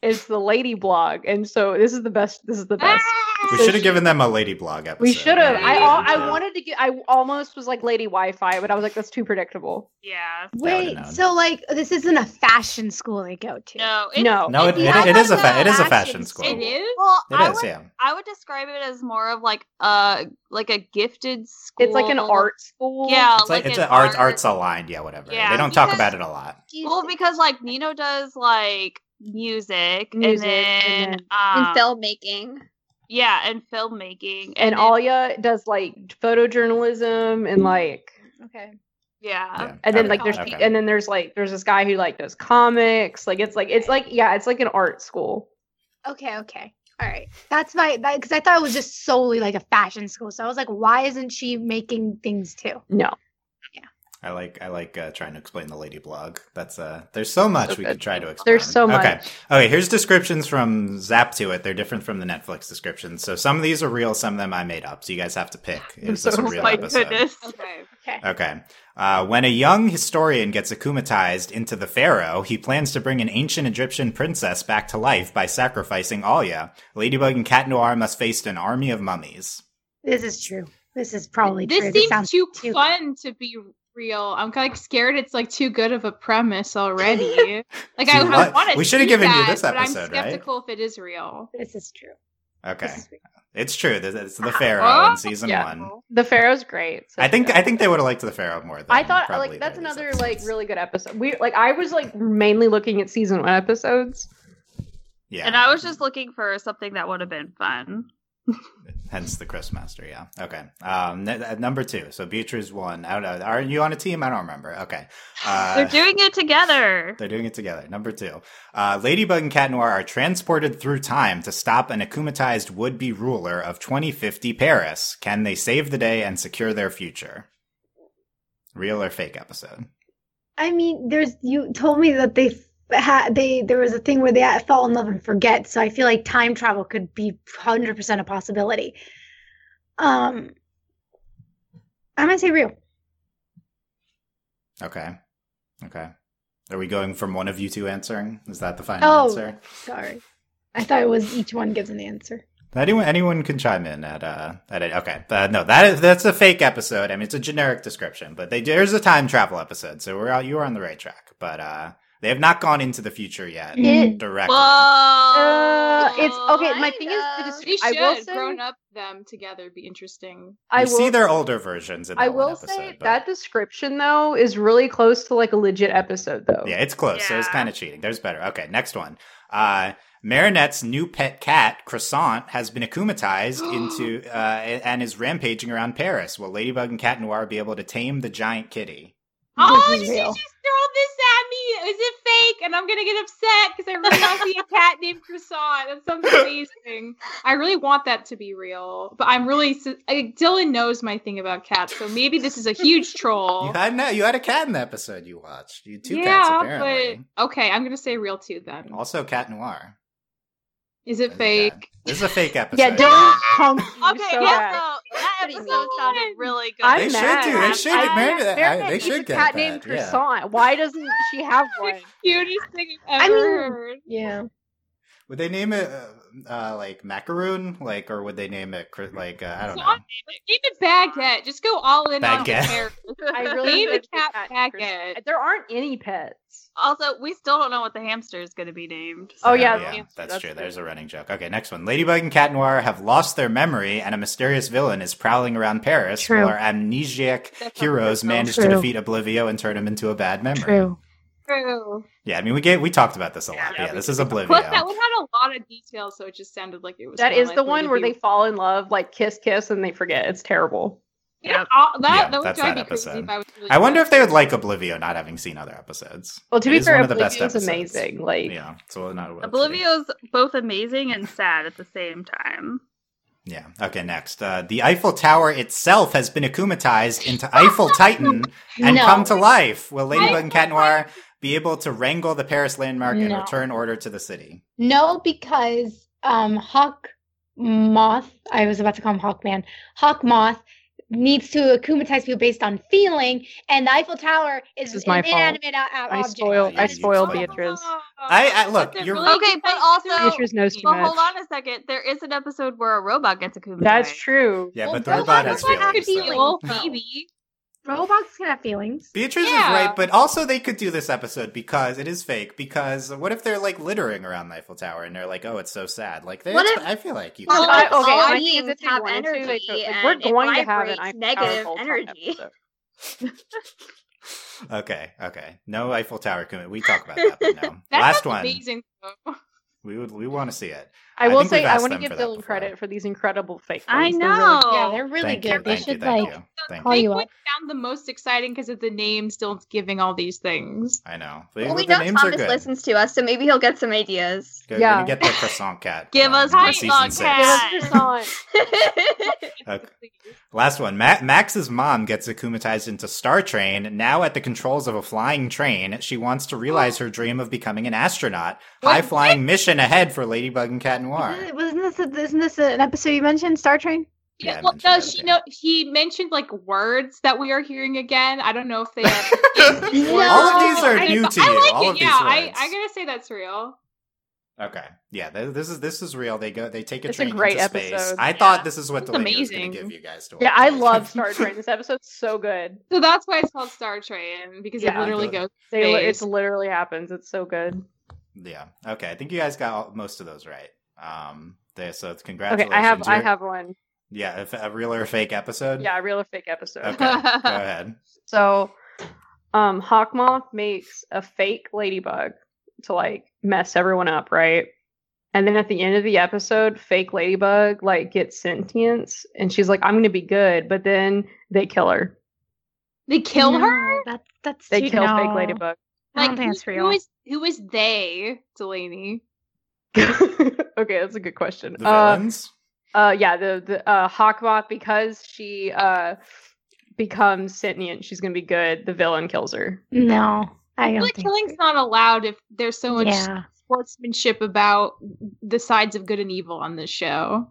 It's the lady blog, and so this is the best. This is the best.
We should have given them a lady blog episode.
We should have. I
Yeah.
al- I wanted to get. I almost was like Lady Wi-Fi, but I was like, that's too predictable.
Yeah.
would've
Wait,
known.
so like this isn't a fashion school they go to?
No. It,
No,
No, it,
It-
it,
I
it is a
thought
fa- it is a
fashion
fashion
school.
school.
It
It
is?
Well, I
is,
would
yeah.
I would describe it as more of like a like a gifted school.
it's like an art school.
Yeah,
It's like, it's
an
a, arts arts aligned, yeah, whatever.
Yeah,
they don't talk
because-
about it a lot.
Well, because like Nino does like music,
Music,
and then,
and
um,
in filmmaking.
yeah, and filmmaking,
and
then-
Alia does like photojournalism and like,
okay.
yeah.
Yeah.
and then
Okay,
like there's
okay.
and then there's like there's this guy who like does comics. Like it's like it's like yeah, it's like an art school.
Okay, okay. All right. That's my that because I thought it was just solely like a fashion school. So I was like, why isn't she making things too?
No,
I like I like uh, trying to explain the lady blog. That's uh there's so much
So
we
good.
could try to explain.
There's so much.
Okay. Okay, here's descriptions from Zap to it. They're different from the Netflix descriptions. So some of these are real, some of them I made up. So you guys have to pick. Is this
so-
a
oh
real
My
episode?
goodness.
Okay.
Okay.
Okay. Uh, when a young historian gets akumatized into the pharaoh, he plans to bring an ancient Egyptian princess back to life by sacrificing Alia. Ladybug and Cat Noir must face an army of mummies.
This is true. This is probably
This
true.
seems
sounds
too,
too-
fun to be real. I'm kind of scared. It's like too good of a premise already. like I,
Too
I
what?
want to.
We should have given you this
but I'm
episode, right?
skeptical if it is real.
This is true.
Okay,
This is true.
it's true. This- It's the pharaoh in season
Yeah.
one.
the Pharaoh's great. so-
I think I think they would have liked the pharaoh more. Than
I thought
probably
like that's
the other
another
episodes.
like really good episode. We like I was like mainly looking at season one episodes.
yeah.
And I was just looking for something that would have been fun.
Hence the Chris Master, yeah. Okay. Um, n- n- number two. So Beatrice won. I don't know. Are you on a team? I don't remember. Okay. Uh,
They're doing it together.
They're doing it together. Number two, uh, Ladybug and Cat Noir are transported through time to stop an akumatized would-be ruler of 2050 Paris. Can they save the day and secure their future? Real or fake episode?
I mean, there's you told me that they had they there was a thing where they had- fall in love and forget. So I feel like time travel could be hundred percent a possibility. Um, I'm gonna say real.
Okay, okay. Are we going from one of you two answering? Is that the final
Oh.
answer?
Sorry, I thought it was each one gives an answer.
Anyone, anyone can chime in at uh at it. Okay, uh, no, that is that's a fake episode. I mean, it's a generic description, but they there's a time travel episode, so we're out. You are on the right track, but uh, they have not gone into the future yet
It-
directly.
Whoa.
Uh, it's okay. My thing is the
Kinda.
descri-
Oh, We
I
should
will say,
grown up them together. Be interesting.
I
You
will
see their older versions in that
I
one
will
episode.
say
but-
that description though is really close to like a legit episode though.
yeah, it's close. So it's
Yeah.
kind of cheating. There's better. Okay, next one. Uh, Marinette's new pet cat, Croissant, has been akumatized into uh, and is rampaging around Paris. Will Ladybug and Cat Noir be able to tame the giant kitty?
Oh,
is
she
real.
just throw this at me. Is it fake? And I'm gonna get upset because I really want to see a cat named Croissant. That sounds amazing. I really want that to be real, but I'm really s- I- Dylan knows my thing about cats, so maybe this is a huge
You
troll.
had no, you had a cat in the episode you watched. You had two cats apparently.
yeah, but okay, I'm gonna say real too then.
Also, Cat Noir.
Is
There's
it
a cat.
fake?
This is a fake episode.
Yeah, don't pump you
Okay,
Um, so
yeah,
bad.
so Oh, that
Pretty
episode
mean.
sounded really good.
I'm
They
mad.
should do. They
I'm-
should.
I'm-
Marinette, I-
Marinette
they
needs
should
a
get
cat
that,
named
yeah.
Croissant. Why doesn't she have one?
Cutest thing I've
I
ever
mean-
heard.
Yeah.
Would they name it uh, uh, like macaroon, like, or would they name it cri- like uh, I don't know?
Croissant? Even Baguette, just go all in on the
Baguette.
character.
I really
Name
should
a cat
get
Baguette.
Croissant. There aren't any pets.
Also, we still don't know what the hamster is going to be named.
Oh, yeah,
that's,
that's
true.
true. That's true.
There's a running joke. Okay, next one. Ladybug and Cat Noir have lost their memory, and a mysterious villain is prowling around Paris.
True.
While our amnesiac
That's
heroes
not
manage to
True.
defeat Oblivio and turn him into a bad memory.
True.
Yeah, I mean we get we talked about this a lot.
Yeah,
Yeah,
we
this is
Plus,
Oblivio.
that one had a lot of detail, so it just sounded like it was.
That
more
is the
likely
one
to
where they
be-
fall in love, like kiss, kiss, and they forget. It's terrible.
Yeah, all- that,
Yeah,
that would
that's
drive
that
me crazy
episode.
if I was really
I wonder
good.
if they would like Oblivio not having seen other episodes.
Well, to
It
be
is
fair,
one of the best
Oblivion's
episodes.
amazing. Like,
Yeah, so not what-
Oblivio's both amazing and sad at the same time.
Yeah. Okay. Next, uh, the Eiffel Tower itself has been akumatized into Eiffel Titan and
No.
come to life. Will Ladybug and
Eiffel
Cat Noir be able to wrangle the Paris landmark and
No.
return order to the city?
No, because um Hawk Moth, I was about to call him Hawkman. Hawk Moth needs to accumatize people based on feeling, and the Eiffel Tower is,
This is my
an
fault.
inanimate o- o-
I
object.
spoiled.
Yeah,
I
you
spoiled
spoiled it.
Beatrice.
I- I- look,
That's a
you're-
really
Okay,
good
but
point.
also-
Beatrice knows too
Oh, Well,
much.
hold on a second. There is an episode where a robot gets a Kuma.
That's true.
Yeah,
Well,
but the
Robot
robot has
Robot
feelings.
could be
so-
like-
Well, maybe.
Roblox can have feelings.
Beatrice
Yeah.
is right, but also they could do this episode because it is fake. Because what if they're like littering around the Eiffel Tower and they're like, "Oh, it's so sad." Like, they,
What
that's-
if-
I feel like you.
Well,
could-
I-
okay, I
all
think
beings
if they
have
wanted to, they
energy
could. Like,
and
we're
it
going to have an
vibrates
Eiffel Tower
negative
Voltron
energy.
episode.
okay, okay. No Eiffel Tower commitment. We talk about that one now.
That
Last
sounds
one.
amazing. though.
We would. We want to see it. I
I will
think we've
say I
asked
want to
them
give
for that
Dylan
before.
credit for these incredible fake.
I
ones. They're really-
know.
Yeah, they're really
Oh, Thank
good.
You,
they
thank you,
should
thank
like
you,
The
thank
big
call
you.
you
one
up.
sound the most exciting because of the name still giving all these things.
I know.
Well, we
the
know
names are
Thomas
good.
listens to us, so maybe he'll get some ideas.
Go-
Yeah.
We're gonna get the croissant cat.
Give
um,
us
in
croissant
season six.
cat.
Give us your song.
Okay. Last one. Ma- Max's mom gets akumatized into Star Train. Now at the controls of a flying train, she wants to realize her dream of becoming an astronaut.
What?
High flying mission ahead for Ladybug and Cat Noir.
Wasn't this a, isn't this an episode you mentioned? Star Train.
Yeah, I
well,
mentioned
no,
that,
she
yeah.
know he mentioned like words that we are hearing again. I don't know if they. Are-
All of these are
I-
new to
I
you.
like
All
it.
of these
yeah, I,
words.
I gotta say that's real.
Okay. Yeah, th- this is this is real. They go. They take a
It's a
train
great
into space.
episode.
I
Yeah.
thought this is what
It's
the lady was going
amazing.
to give you guys to watch.
Yeah, I love Star Trek. This episode's so good.
So that's why it's called Star Train because
Yeah.
it literally goes.
They, li-
Phase.
it literally happens. It's so good.
yeah. Okay. I think you guys got all, most of those right. Um. There, so
Okay,
congratulations.
I have I
You're-
have one.
Yeah, a f- a real or a fake episode.
Yeah, a real or fake episode.
Okay. Go ahead.
So, um, Hawkmoth makes a fake ladybug to like mess everyone up, right? And then at the end of the episode, fake ladybug like gets sentience, and she's like, "I'm gonna be good," but then they kill her.
They kill
No,
her.
That, that's
They
too-
kill fake
no.
ladybug.
I don't think
who-
that's real.
Who is who is they, Delaney?
okay, that's a good question.
The
Uh,
villains.
uh, yeah, the the uh, Hawkmoth because she uh becomes sentient, she's gonna be good. The villain kills her.
No, I
I
don't
feel like
think.
killing's not allowed if there's so much
yeah,
sportsmanship about the sides of good and evil on this show.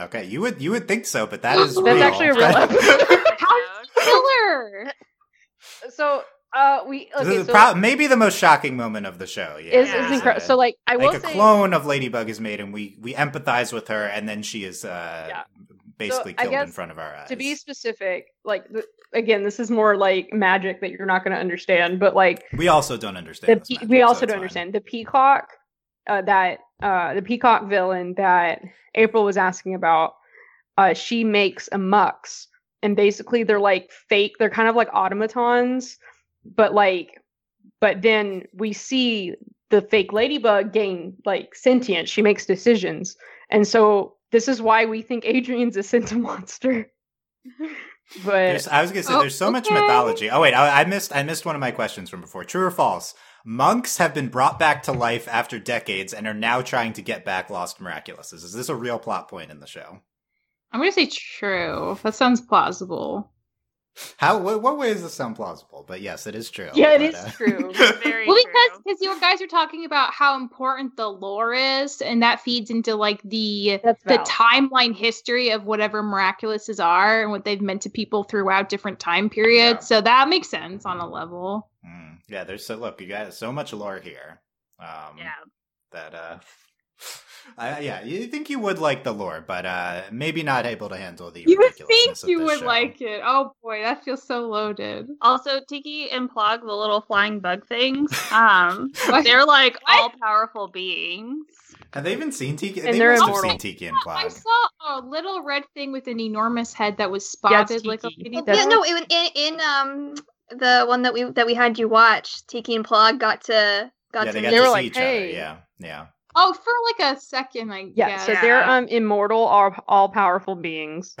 Okay, you would you would think so, but that is
That's
real.
actually a real
That-
Killer.
So uh, we
this
okay,
is
so
prob- maybe the most shocking moment of the show. Yeah,
is,
Yeah.
is incredible. So like I will
like a
say,
clone of Ladybug is made, and we we empathize with her, and then she is uh,
Yeah.
basically
So, I
killed in
guess
front of our eyes.
to be specific, like th- again, this is more like magic that you're not going to understand, but like
we also don't
the
understand. this
pe-
magic,
we
so
also
it's
don't
fine.
understand the peacock uh, that uh, the peacock villain that April was asking about. Uh, she makes a mux, and basically they're like fake. They're kind of like automatons, but like, but then we see the fake ladybug gain like sentience. She makes decisions, and so this is why we think Adrian's a sent monster. but
There's, I was gonna say
Oh,
there's so much
okay.
mythology. Oh wait, I, I missed I missed one of my questions from before. True or false? Monks have been brought back to life after decades and are now trying to get back lost miraculouses. Is this a real plot point in the show?
I'm gonna say true. That sounds plausible.
How what, what way does this sound plausible? But yes, it is true.
yeah, it
But,
is
uh,
true.
Very
well,
true.
because because you guys are talking about how important the lore is, and that feeds into like the
That's
the
valid.
timeline history of whatever miraculouses are and what they've meant to people throughout different time periods. So that makes sense on a level.
Mm. yeah, there's so look, you got so much lore here. Um,
Yeah.
That uh, I, yeah, you think you would like the lore, but uh, maybe not able to handle the.
You would think
ridiculousness of
you
this
would
show.
like it. Oh boy, that feels so loaded.
Also, Tiki and Plog, the little flying bug things, um,
What?
they're like
What?
all powerful beings.
Have they even seen Tiki?
And
they
they're
must
immortal.
have seen Tiki and
Oh, I
Plog.
saw a little red thing with an enormous head that was
Yeah, it's
spotted like a
Tiki.
lady.
Well,
That's-
yeah, no, in, in in um the one that we that we had you watch, Tiki and Plog got to got
Yeah,
to
they got
They
to
were
see
like,
each
"Hey."
other. Yeah, yeah.
Oh, for like a second, I
Yeah,
guess.
so they're um immortal, all, all powerful beings.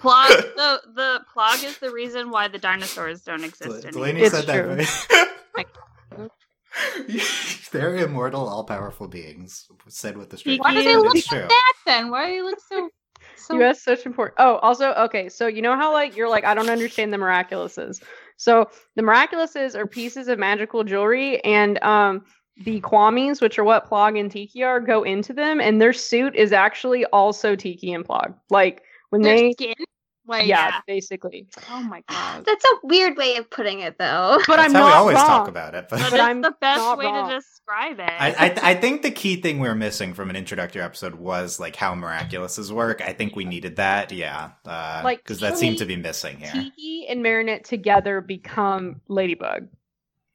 Plog, the the Plog is the reason why the dinosaurs don't exist
Del-
anymore.
Delaney
It's
said that. very- They're immortal, all-powerful beings. Said with the straight.
Why do
face,
they
but
look
it's true.
that then. Why do they look so so
you asked such important. Oh, also, okay, so you know how like you're like I don't understand the miraculouses. So the miraculouses are pieces of magical jewelry, and um the kwamis, which are what Plog and Tiki are, go into them, and their suit is actually also Tiki and Plog. Like when
their
they
skin? Like,
yeah,
yeah.
basically.
oh my god.
That's a weird way of putting it, though.
But
That's
I'm
how
not
we always
wrong.
talk about it. But
But
But
it's
I'm
the best
not
way
wrong.
to describe it.
I, I, I think the key thing we were missing from an introductory episode was like how miraculouses work. I think we needed that, yeah, because
Like,
that seemed
truly
to be missing here.
Tiki and Marinette together become Ladybug.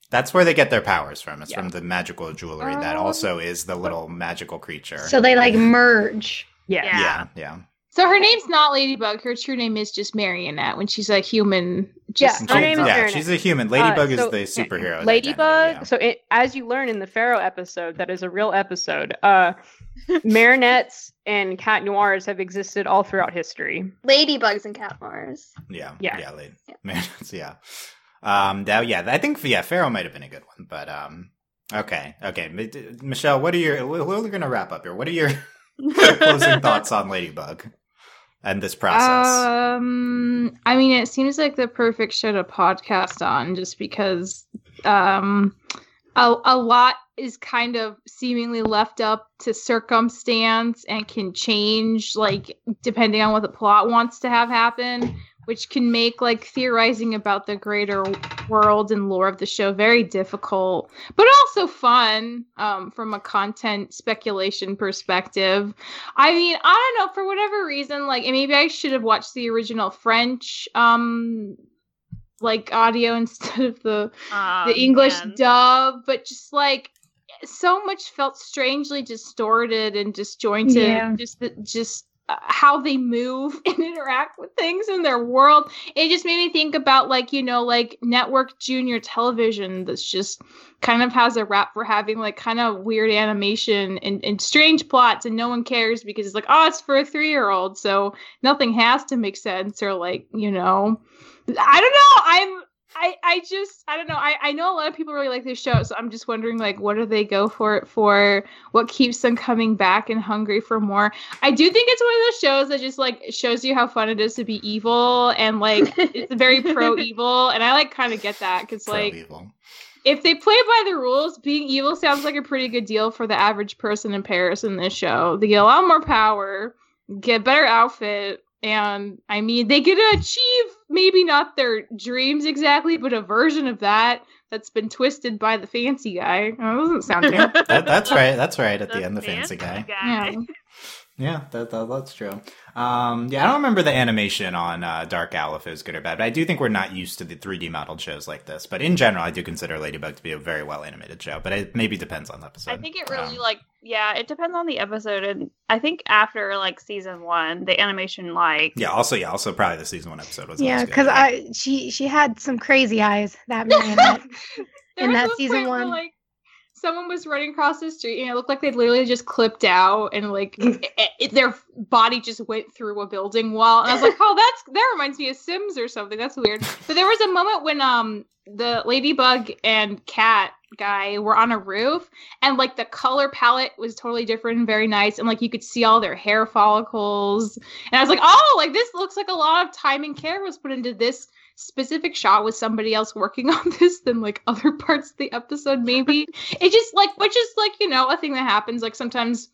That's where they get their powers from. It's
Yeah.
from the magical jewelry that
Um,
also is the little magical creature.
So they like merge.
Yeah.
Yeah.
yeah, yeah.
So her name's not Ladybug. Her true name is just Marionette when she's a human. Just
Her
She-
name is
yeah,
Marinette.
she's a human. Ladybug
Uh, so-
is the superhero. identity,
Ladybug.
yeah.
So it, as you learn in the Pharaoh episode, that is a real episode. Uh, Marinettes and cat noirs have existed all throughout history.
Ladybugs and catmores.
Yeah, yeah,
Yeah.
yeah. Lady. Man, it's- yeah. Um, that, yeah, I think yeah, Pharaoh might have been a good one, but um, okay, okay, M- Michelle, what are your? we- We're gonna wrap up here. What are your closing thoughts on Ladybug and this process?
Uh,
Um, I mean, it seems like the perfect show to podcast on, just because um, a a lot is kind of seemingly left up to circumstance and can change, like depending on what the plot wants to have happen, which can make like theorizing about the greater world and lore of the show very difficult, but also fun um, from a content speculation perspective. I mean, I don't know for whatever reason. Like, and maybe I should have watched the original French, um, like audio instead of the
Um,
the English
man.
dub. But just like so much felt strangely distorted and disjointed.
Yeah.
Just the, just uh, how they move and interact with things in their world. It just made me think about like you know like network junior television that's just kind of has a rap for having like kind of weird animation and, and strange plots and no one cares because it's like oh it's for a three year old so nothing has to make sense or like you know i don't know i'm i i just i don't know i i know a lot of people really like this show so i'm just wondering like what do they go for it for what keeps them coming back and hungry for more i do think it's one of those shows that just like shows you how fun it is to be evil and like it's very pro evil and i like kind of get that because
Pro
like
evil.
if they play by the rules, being evil sounds like a pretty good deal for the average person in Paris in this show. They get a lot more power, get a better outfit, and I mean, they get to achieve maybe not their dreams exactly, but a version of that that's been twisted by the fancy guy. Oh, that doesn't sound terrible.
That, that's right. That's right. At the, end, the
fancy
fancy guy.
yeah.
Yeah, that, that, that's true. Um, yeah, I don't remember the animation on uh, Dark Owl if it was good or bad, but I do think we're not used to the 3D modeled shows like this. But in general, I do consider Ladybug to be a very well animated show, but it maybe depends on the episode.
I think it really
Um,
like yeah, it depends on the episode, and I think after like season one, the animation like
Yeah. Also, yeah. Also, probably the season one episode was.
Yeah,
less good,
because
yeah.
I she she had some crazy eyes that marionette.
There
in
was
that
one
season
point where,
one.
like someone was running across the street and it looked like they literally just clipped out and like it, it- their body just went through a building wall and i was like oh that's that reminds me of sims or something that's weird but there was a moment when um the ladybug and cat guy were on a roof and like the color palette was totally different and very nice and like you could see all their hair follicles and i was like oh like this looks like a lot of time and care was put into this specific shot with somebody else working on this than like other parts of the episode maybe it just like which is like you know a thing that happens like sometimes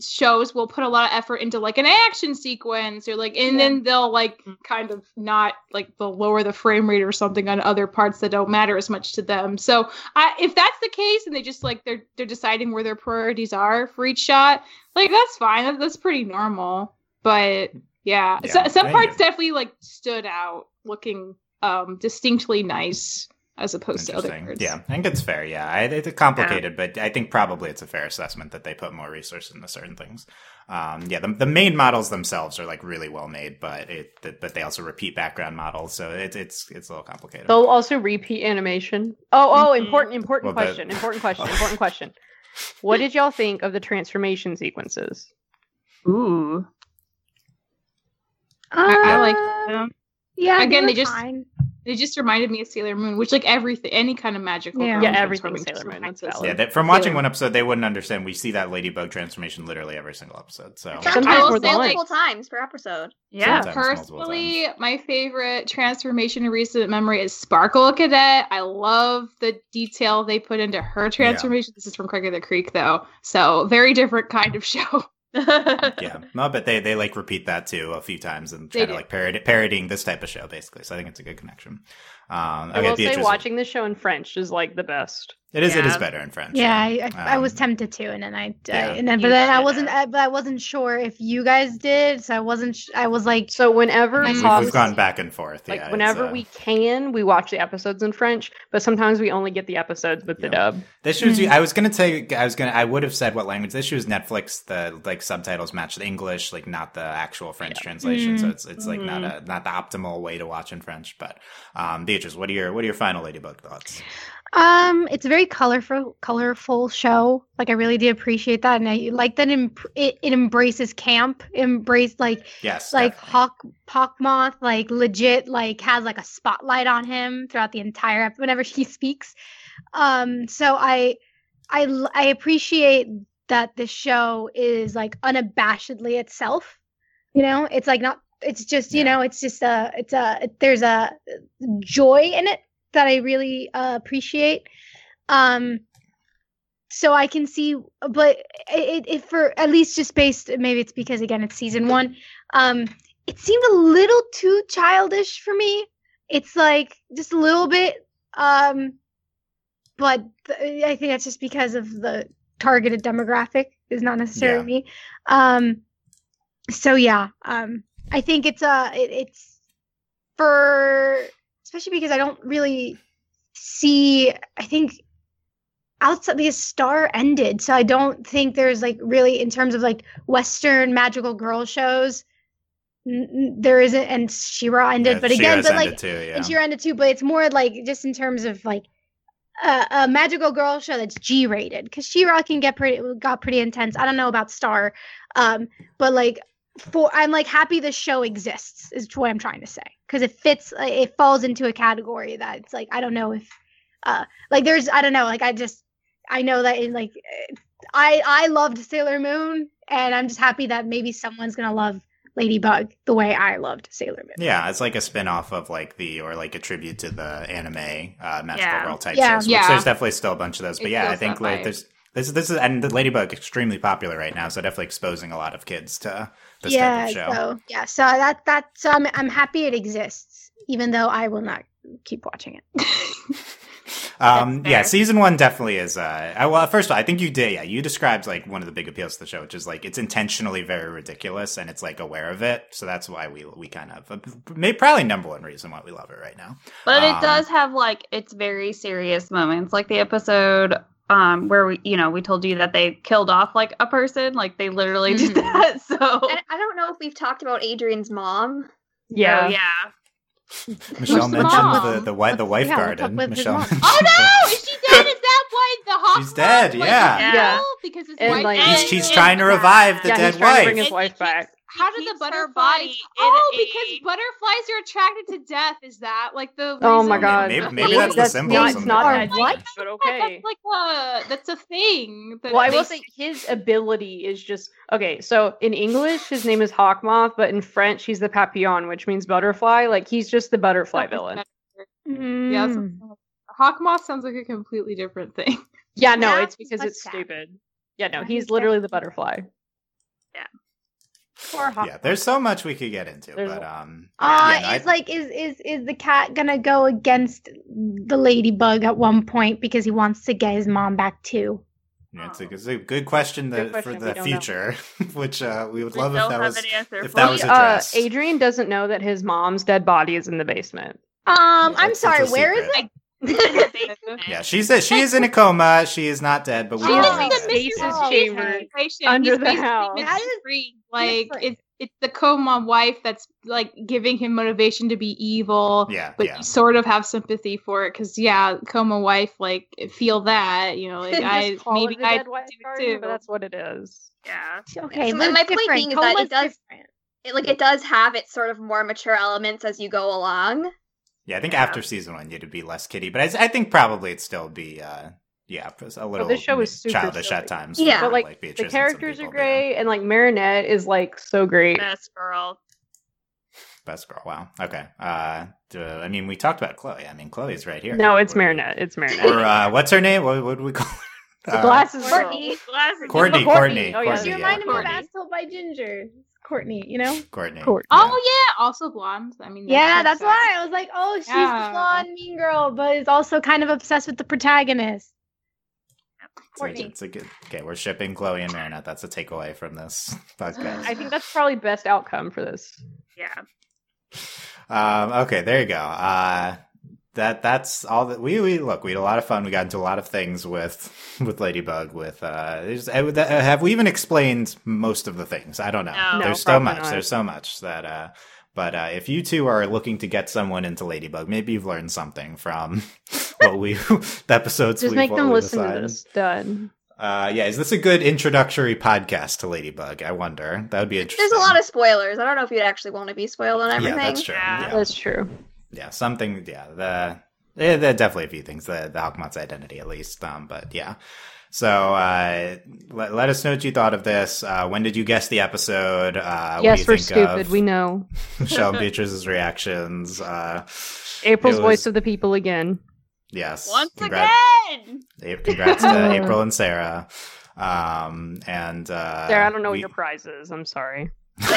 shows will put a lot of effort into like an action sequence or like and then they'll like
Mm.
kind of not like they'll lower the frame rate or something on other parts that don't matter as much to them so I, if that's the case and they just like they're they're deciding where their priorities are for each shot like that's fine that, that's pretty normal but yeah,
Yeah,
so, some
I
parts
hear.
definitely like stood out looking um distinctly nice as opposed to other
Interesting.
parts
Yeah, I think it's fair. Yeah, I, it's complicated, but I think probably it's a fair assessment that they put more resources into certain things. Um, yeah, the, the main models themselves are like really well made, but it but they also repeat background models, so it's it's it's a little complicated.
They'll also repeat animation. Oh, oh, important, important
Well, that-
question, important question, important question. What did y'all think of the transformation sequences?
ooh.
I- I like
Uh,
them.
Yeah,
Again,
were
they just-
fine.
it just reminded me of sailor moon which like everything any kind of magical
Yeah.
girl
Yeah, everything
transforming
Sailor Moon,
transforms
that's valid.
into
Yeah,
something.
that, from watching
Sailor-
one episode, they wouldn't understand. We see that ladybug transformation literally every single episode. So
Sometimes
I
more
will
than
say
once.
multiple times per episode.
Yeah.
Sometimes multiple
Personally, my favorite transformation in recent memory is Sparkle Cadet. I love the detail they put into her transformation. This is from Craig of the Creek, though, so very different kind of show.
yeah, no, but they they like repeat that too a few times and try
They
to
do.
like parody, parodying this type of show basically. So I think it's a good connection. Um,
I will say,
Beatrice-
watching this show in French is like the best.
It is it is
Yeah.
better in French.
Yeah, I, I, I was
Um,
tempted to, and then I, I-
yeah.
and then, but
You
then I
should
wasn't,
have.
I, but I wasn't sure if you guys did, so I wasn't. Sh- I was like,
So whenever
Nice.
We've,
Pause.
we've gone back and forth.
like
yeah, it's,
whenever
uh,
we can, we watch the episodes in French, but sometimes we only get the episodes with the
Yeah.
dub.
This shows
Hmm.
you. I was gonna say. I was gonna. I would have said what language. This shows Netflix. The like subtitles match the English, like not the actual French translation.
Hmm.
So it's it's like not a not the optimal way to watch in French. But um, Beatrice, what are your what are your final Ladybug thoughts?
um, it's a very colorful, colorful show. Like I really did appreciate that, and I like that. Em- it, it embraces camp, embrace like
Yes,
like
definitely.
hawk hawk moth like legit like has like a spotlight on him throughout the entire ep- whenever he speaks um so i i l- i appreciate that the show is like unabashedly itself you know it's like not it's just you
Yeah.
know it's just a it's a there's a uh, joy in it that i really uh, appreciate um so i can see but it, it, it for at least just based maybe it's because again it's season one um it seemed a little too childish for me it's like just a little bit um but th- i think that's just because of the targeted demographic is not necessarily
Yeah.
me um so yeah um i think it's uh it, it's for especially because i don't really see i think outside because star ended so i don't think there's like really in terms of like western magical girl shows n- n- there isn't and shira ended
Yeah,
but again
Shira's
but
ended
like
too, yeah.
and she ended too but it's more like just in terms of like a, a magical girl show that's g-rated because shira can get pretty got pretty intense i don't know about star um but like for i'm like happy the show exists is what i'm trying to say because it fits like, it falls into a category that it's like i don't know if uh like there's i don't know like i just i know that in like eh, i i loved sailor moon and i'm just happy that maybe someone's gonna love ladybug the way i loved sailor moon
Yeah, it's like a spin-off of like the or like a tribute to the anime uh magical
Yeah.
girl type
Yeah.
shows. Which
Yeah.
there's definitely still a bunch of those. But
It
yeah, I
feels
think
that
like
vibe.
there's this this is and the Ladybug extremely popular right now, so definitely exposing a lot of kids to this type
yeah
of show.
so yeah so that that so I'm, I'm happy it exists even though i will not keep watching it
Um,
That's
yeah,
fair.
season one definitely is. Uh, I, well, first of all, I think you did. Yeah, you described like one of the big appeals to the show, which is like it's intentionally very ridiculous, and it's like aware of it. So that's why we we kind of uh, may probably number one reason why we love it right now.
But
Um,
it does have like its very serious moments, like the episode um where we, you know, we told you that they killed off like a person, like they literally
Mhm.
did that. So
I, I don't know if we've talked about Adrian's mom.
Oh, yeah.
Michelle
Who's the
mentioned
mom?
the the, wi- the wife
yeah, we'll talk
garden.
with his
Michelle.
mom.
mentioned-
Oh no! Is she dead? Is that why the hawk?
She's dead,
was, like,
yeah.
killed?
Yeah.
Because his
And,
wife.
like-
He's,
died?
he's
And-
trying to revive the
Yeah, he's
dead
trying to
wife.
bring his wife back.
How do
He
the
keeps her
butterflies?
body in
oh,
a-
because butterflies are attracted to death. Is that like the?
Oh
reason
my god!
Maybe- maybe that's the symbol
Not, it's not
somewhere.
that
What?
deep, but
Yeah,
okay.
That's like a that's a thing. that
Well, I
they-
will say his ability is just okay. So in English, his name is Hawk Moth, but in French, he's the Papillon, which means butterfly. Like he's just the butterfly villain.
Yeah,
Mm.
that's
Hmm.
what- hawk moth sounds like a completely different thing.
Yeah, no,
Yeah,
it's because
like
it's
that.
stupid. Yeah, no,
I
he's
think
literally
that's-
the butterfly.
Poor Hawk.
Yeah, there's so much we could get into,
There's
but
a-
um,
uh,
yeah, no, I-
it's like is is is the cat gonna go against the ladybug at one point because he wants to get his mom back too?
yeah, it's, a, it's a good question, that-
Good question,
for
we
the
don't know.
future, which uh, we would
We
love if
don't
that
have
was
an answer
if
for
that
it.
was
He- uh,
addressed.
Adrian doesn't know that his mom's dead body is in the basement.
Yeah,
Um, I'm
it's- it's a
sorry, where is
secret.
it?
Yeah, she's a, she is in a coma. She is not dead, but we
She
don't
is
know
in
that.
the Stasis
Yeah.
Mrs. chamber
situation.
under
He's
the
basically
house.
been
That is
free. Like
different.
it's it's the coma wife that's like giving him motivation to be evil.
Yeah,
But
yeah.
you sort of have sympathy for it because yeah, coma wife like feel that you know like I
Just call it
maybe
the
I
dead wife
do
garden,
too.
but that's what it is.
Yeah.
Okay,
So
but
my
it's
point
different.
being is that it
Coma's
does-
different.
It, like it does have its sort of more mature elements as you go along.
Yeah, I think
Yeah.
after season one, it'd be less kitty, but I, I think probably it'd still be, uh, yeah, a little mm,
this show is super
childish
silly.
at times.
Yeah.
for,
But, like,
Beatrice
The
and some
characters are
people, but yeah.
great, and like Marinette is like so great.
Best girl.
Best girl. Wow. Okay. Uh, d- uh, I mean, we talked about Chloe. I mean, Chloe's right here.
No, it's
We're-
Marinette. It's Marinette.
Or uh, what's her name? What would we call? her?
The
Uh,
glasses.
Courtney.
Glasses.
Courtney, Courtney,
Oh, yeah.
She
Courtney,
reminded me of
Courtney.
As Told by Ginger. Courtney, you know?
Courtney.
Courtney.
Oh yeah, also blonde. I mean,
Yeah, that's
makes sense.
why I was like, oh, she's
Yeah.
the blonde mean girl, but is also kind of obsessed with the protagonist.
It's a-
Courtney.
it's a good- okay, we're shipping Chloe and Marinette. That's a takeaway from this podcast.
I think that's probably best outcome for this.
Yeah.
um, okay, there you go. Uh, that that's all that we, we look. We had a lot of fun. We got into a lot of things with with Ladybug. With uh, there's- uh, with- uh, have we even explained most of the things? I don't know.
No. No,
there's so
probably
much.
not.
There's so much that. Uh, but uh, if you two are looking to get someone into Ladybug, maybe you've learned something from what we the episodes.
Just
we've-
make
what
them
we
listen to
decided.
this. Done.
Uh, yeah, is this a good introductory podcast to Ladybug? I wonder. That would be interesting.
There's a lot of spoilers. I don't know if you'd actually want to be spoiled on everything.
yeah, that's true.
Yeah.
Yeah.
That's true.
yeah, something. Yeah, the yeah, there are definitely a few things. The the Hawkmoth's identity, at least. Um, but yeah. So uh, let, let us know what you thought of this. Uh, when did you guess the episode? Uh, what
yes, we're
do you think
stupid.
Of
We know.
Michelle and Beatrice's reactions. Uh,
April's
it was-
voice of the people again.
Yes.
Once
Congrat-
again.
A- Congrats to April and Sarah. Um, and uh,
Sarah, I don't know
we-
what your prize is. I'm sorry.
We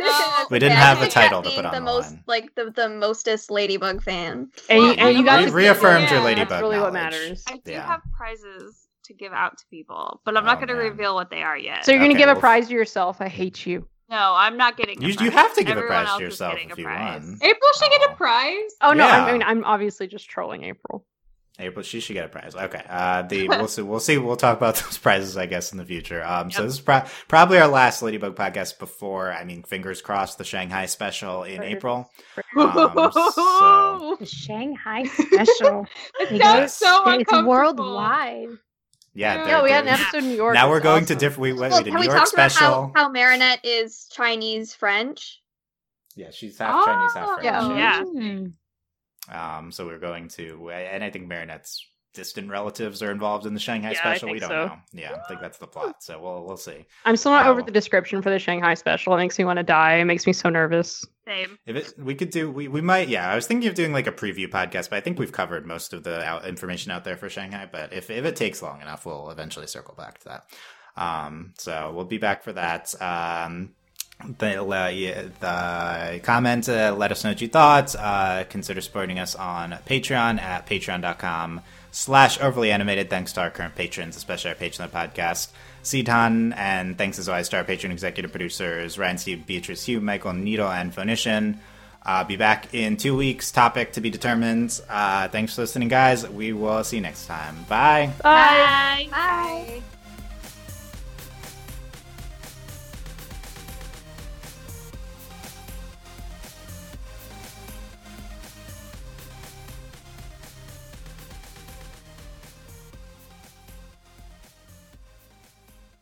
Oh,
didn't
Yeah,
have
I
a
think that
title to
being
put on
the
the
most
line.
like the the mostest ladybug fan.
And you, and you got
Re-
to-
reaffirmed your
Yeah,
ladybug.
That's really what
knowledge.
matters.
I do
Yeah.
have prizes to give out to people, but I'm
Oh,
not going to
man.
reveal what they are yet.
So you're gonna
Okay,
give a
well-
prize to yourself. I hate you.
no, I'm not getting. A
You,
prize.
you have to give
Everyone
a prize
else
to
is
yourself
getting
if
a
you
prize.
won.
April should get
Oh.
a prize.
Oh no!
Yeah.
I mean, I'm obviously just trolling April.
April, she should get a prize. Okay. Uh, the we'll see. We'll see. We'll talk about those prizes, I guess, in the future. Um, so this is pro- probably our last Ladybug podcast before. I mean, fingers crossed, the Shanghai special in
Fingers
April. Um, so
The Shanghai special.
it
It
sounds
is.
so
it's
uncomfortable.
worldwide.
yeah,
Yeah,
they're-
Yeah, we had an
they're-
episode in New York.
now we're
It's
going to
awesome.
different. We went
Well,
we did
can
New
we
York
talk about
special.
how, how Marinette is Chinese French?
yeah, she's half Chinese, half French.
Oh,
yeah. Yeah.
Mm.
Um, so we're going to, and I think Marinette's distant relatives are involved in the Shanghai
Yeah, I
special. We
think
don't
so.
know. Yeah, I think that's the plot. So we'll we'll see.
I'm still not over
Oh.
the description for the Shanghai special. It makes me want to die. It makes me so nervous.
Same.
If it, we could do, we, we might, yeah. I was thinking of doing like a preview podcast, but I think we've covered most of the out, information out there for Shanghai. But if, if it takes long enough, we'll eventually circle back to that. Um, so we'll be back for that. Um, the, uh, yeah, the comment, uh, let us know what you thought. Uh, consider supporting us on Patreon at patreon.com slash overly animated. Thanks to our current patrons, especially our patron of the podcast, Sidhan, and thanks as always to our patron executive producers, Ryan Steve, Beatrice Hugh, Michael Needle, and Phonician. Uh, be back in two weeks. Topic to be determined. Uh, thanks for listening, guys. We will see you next time. Bye.
Bye. Bye.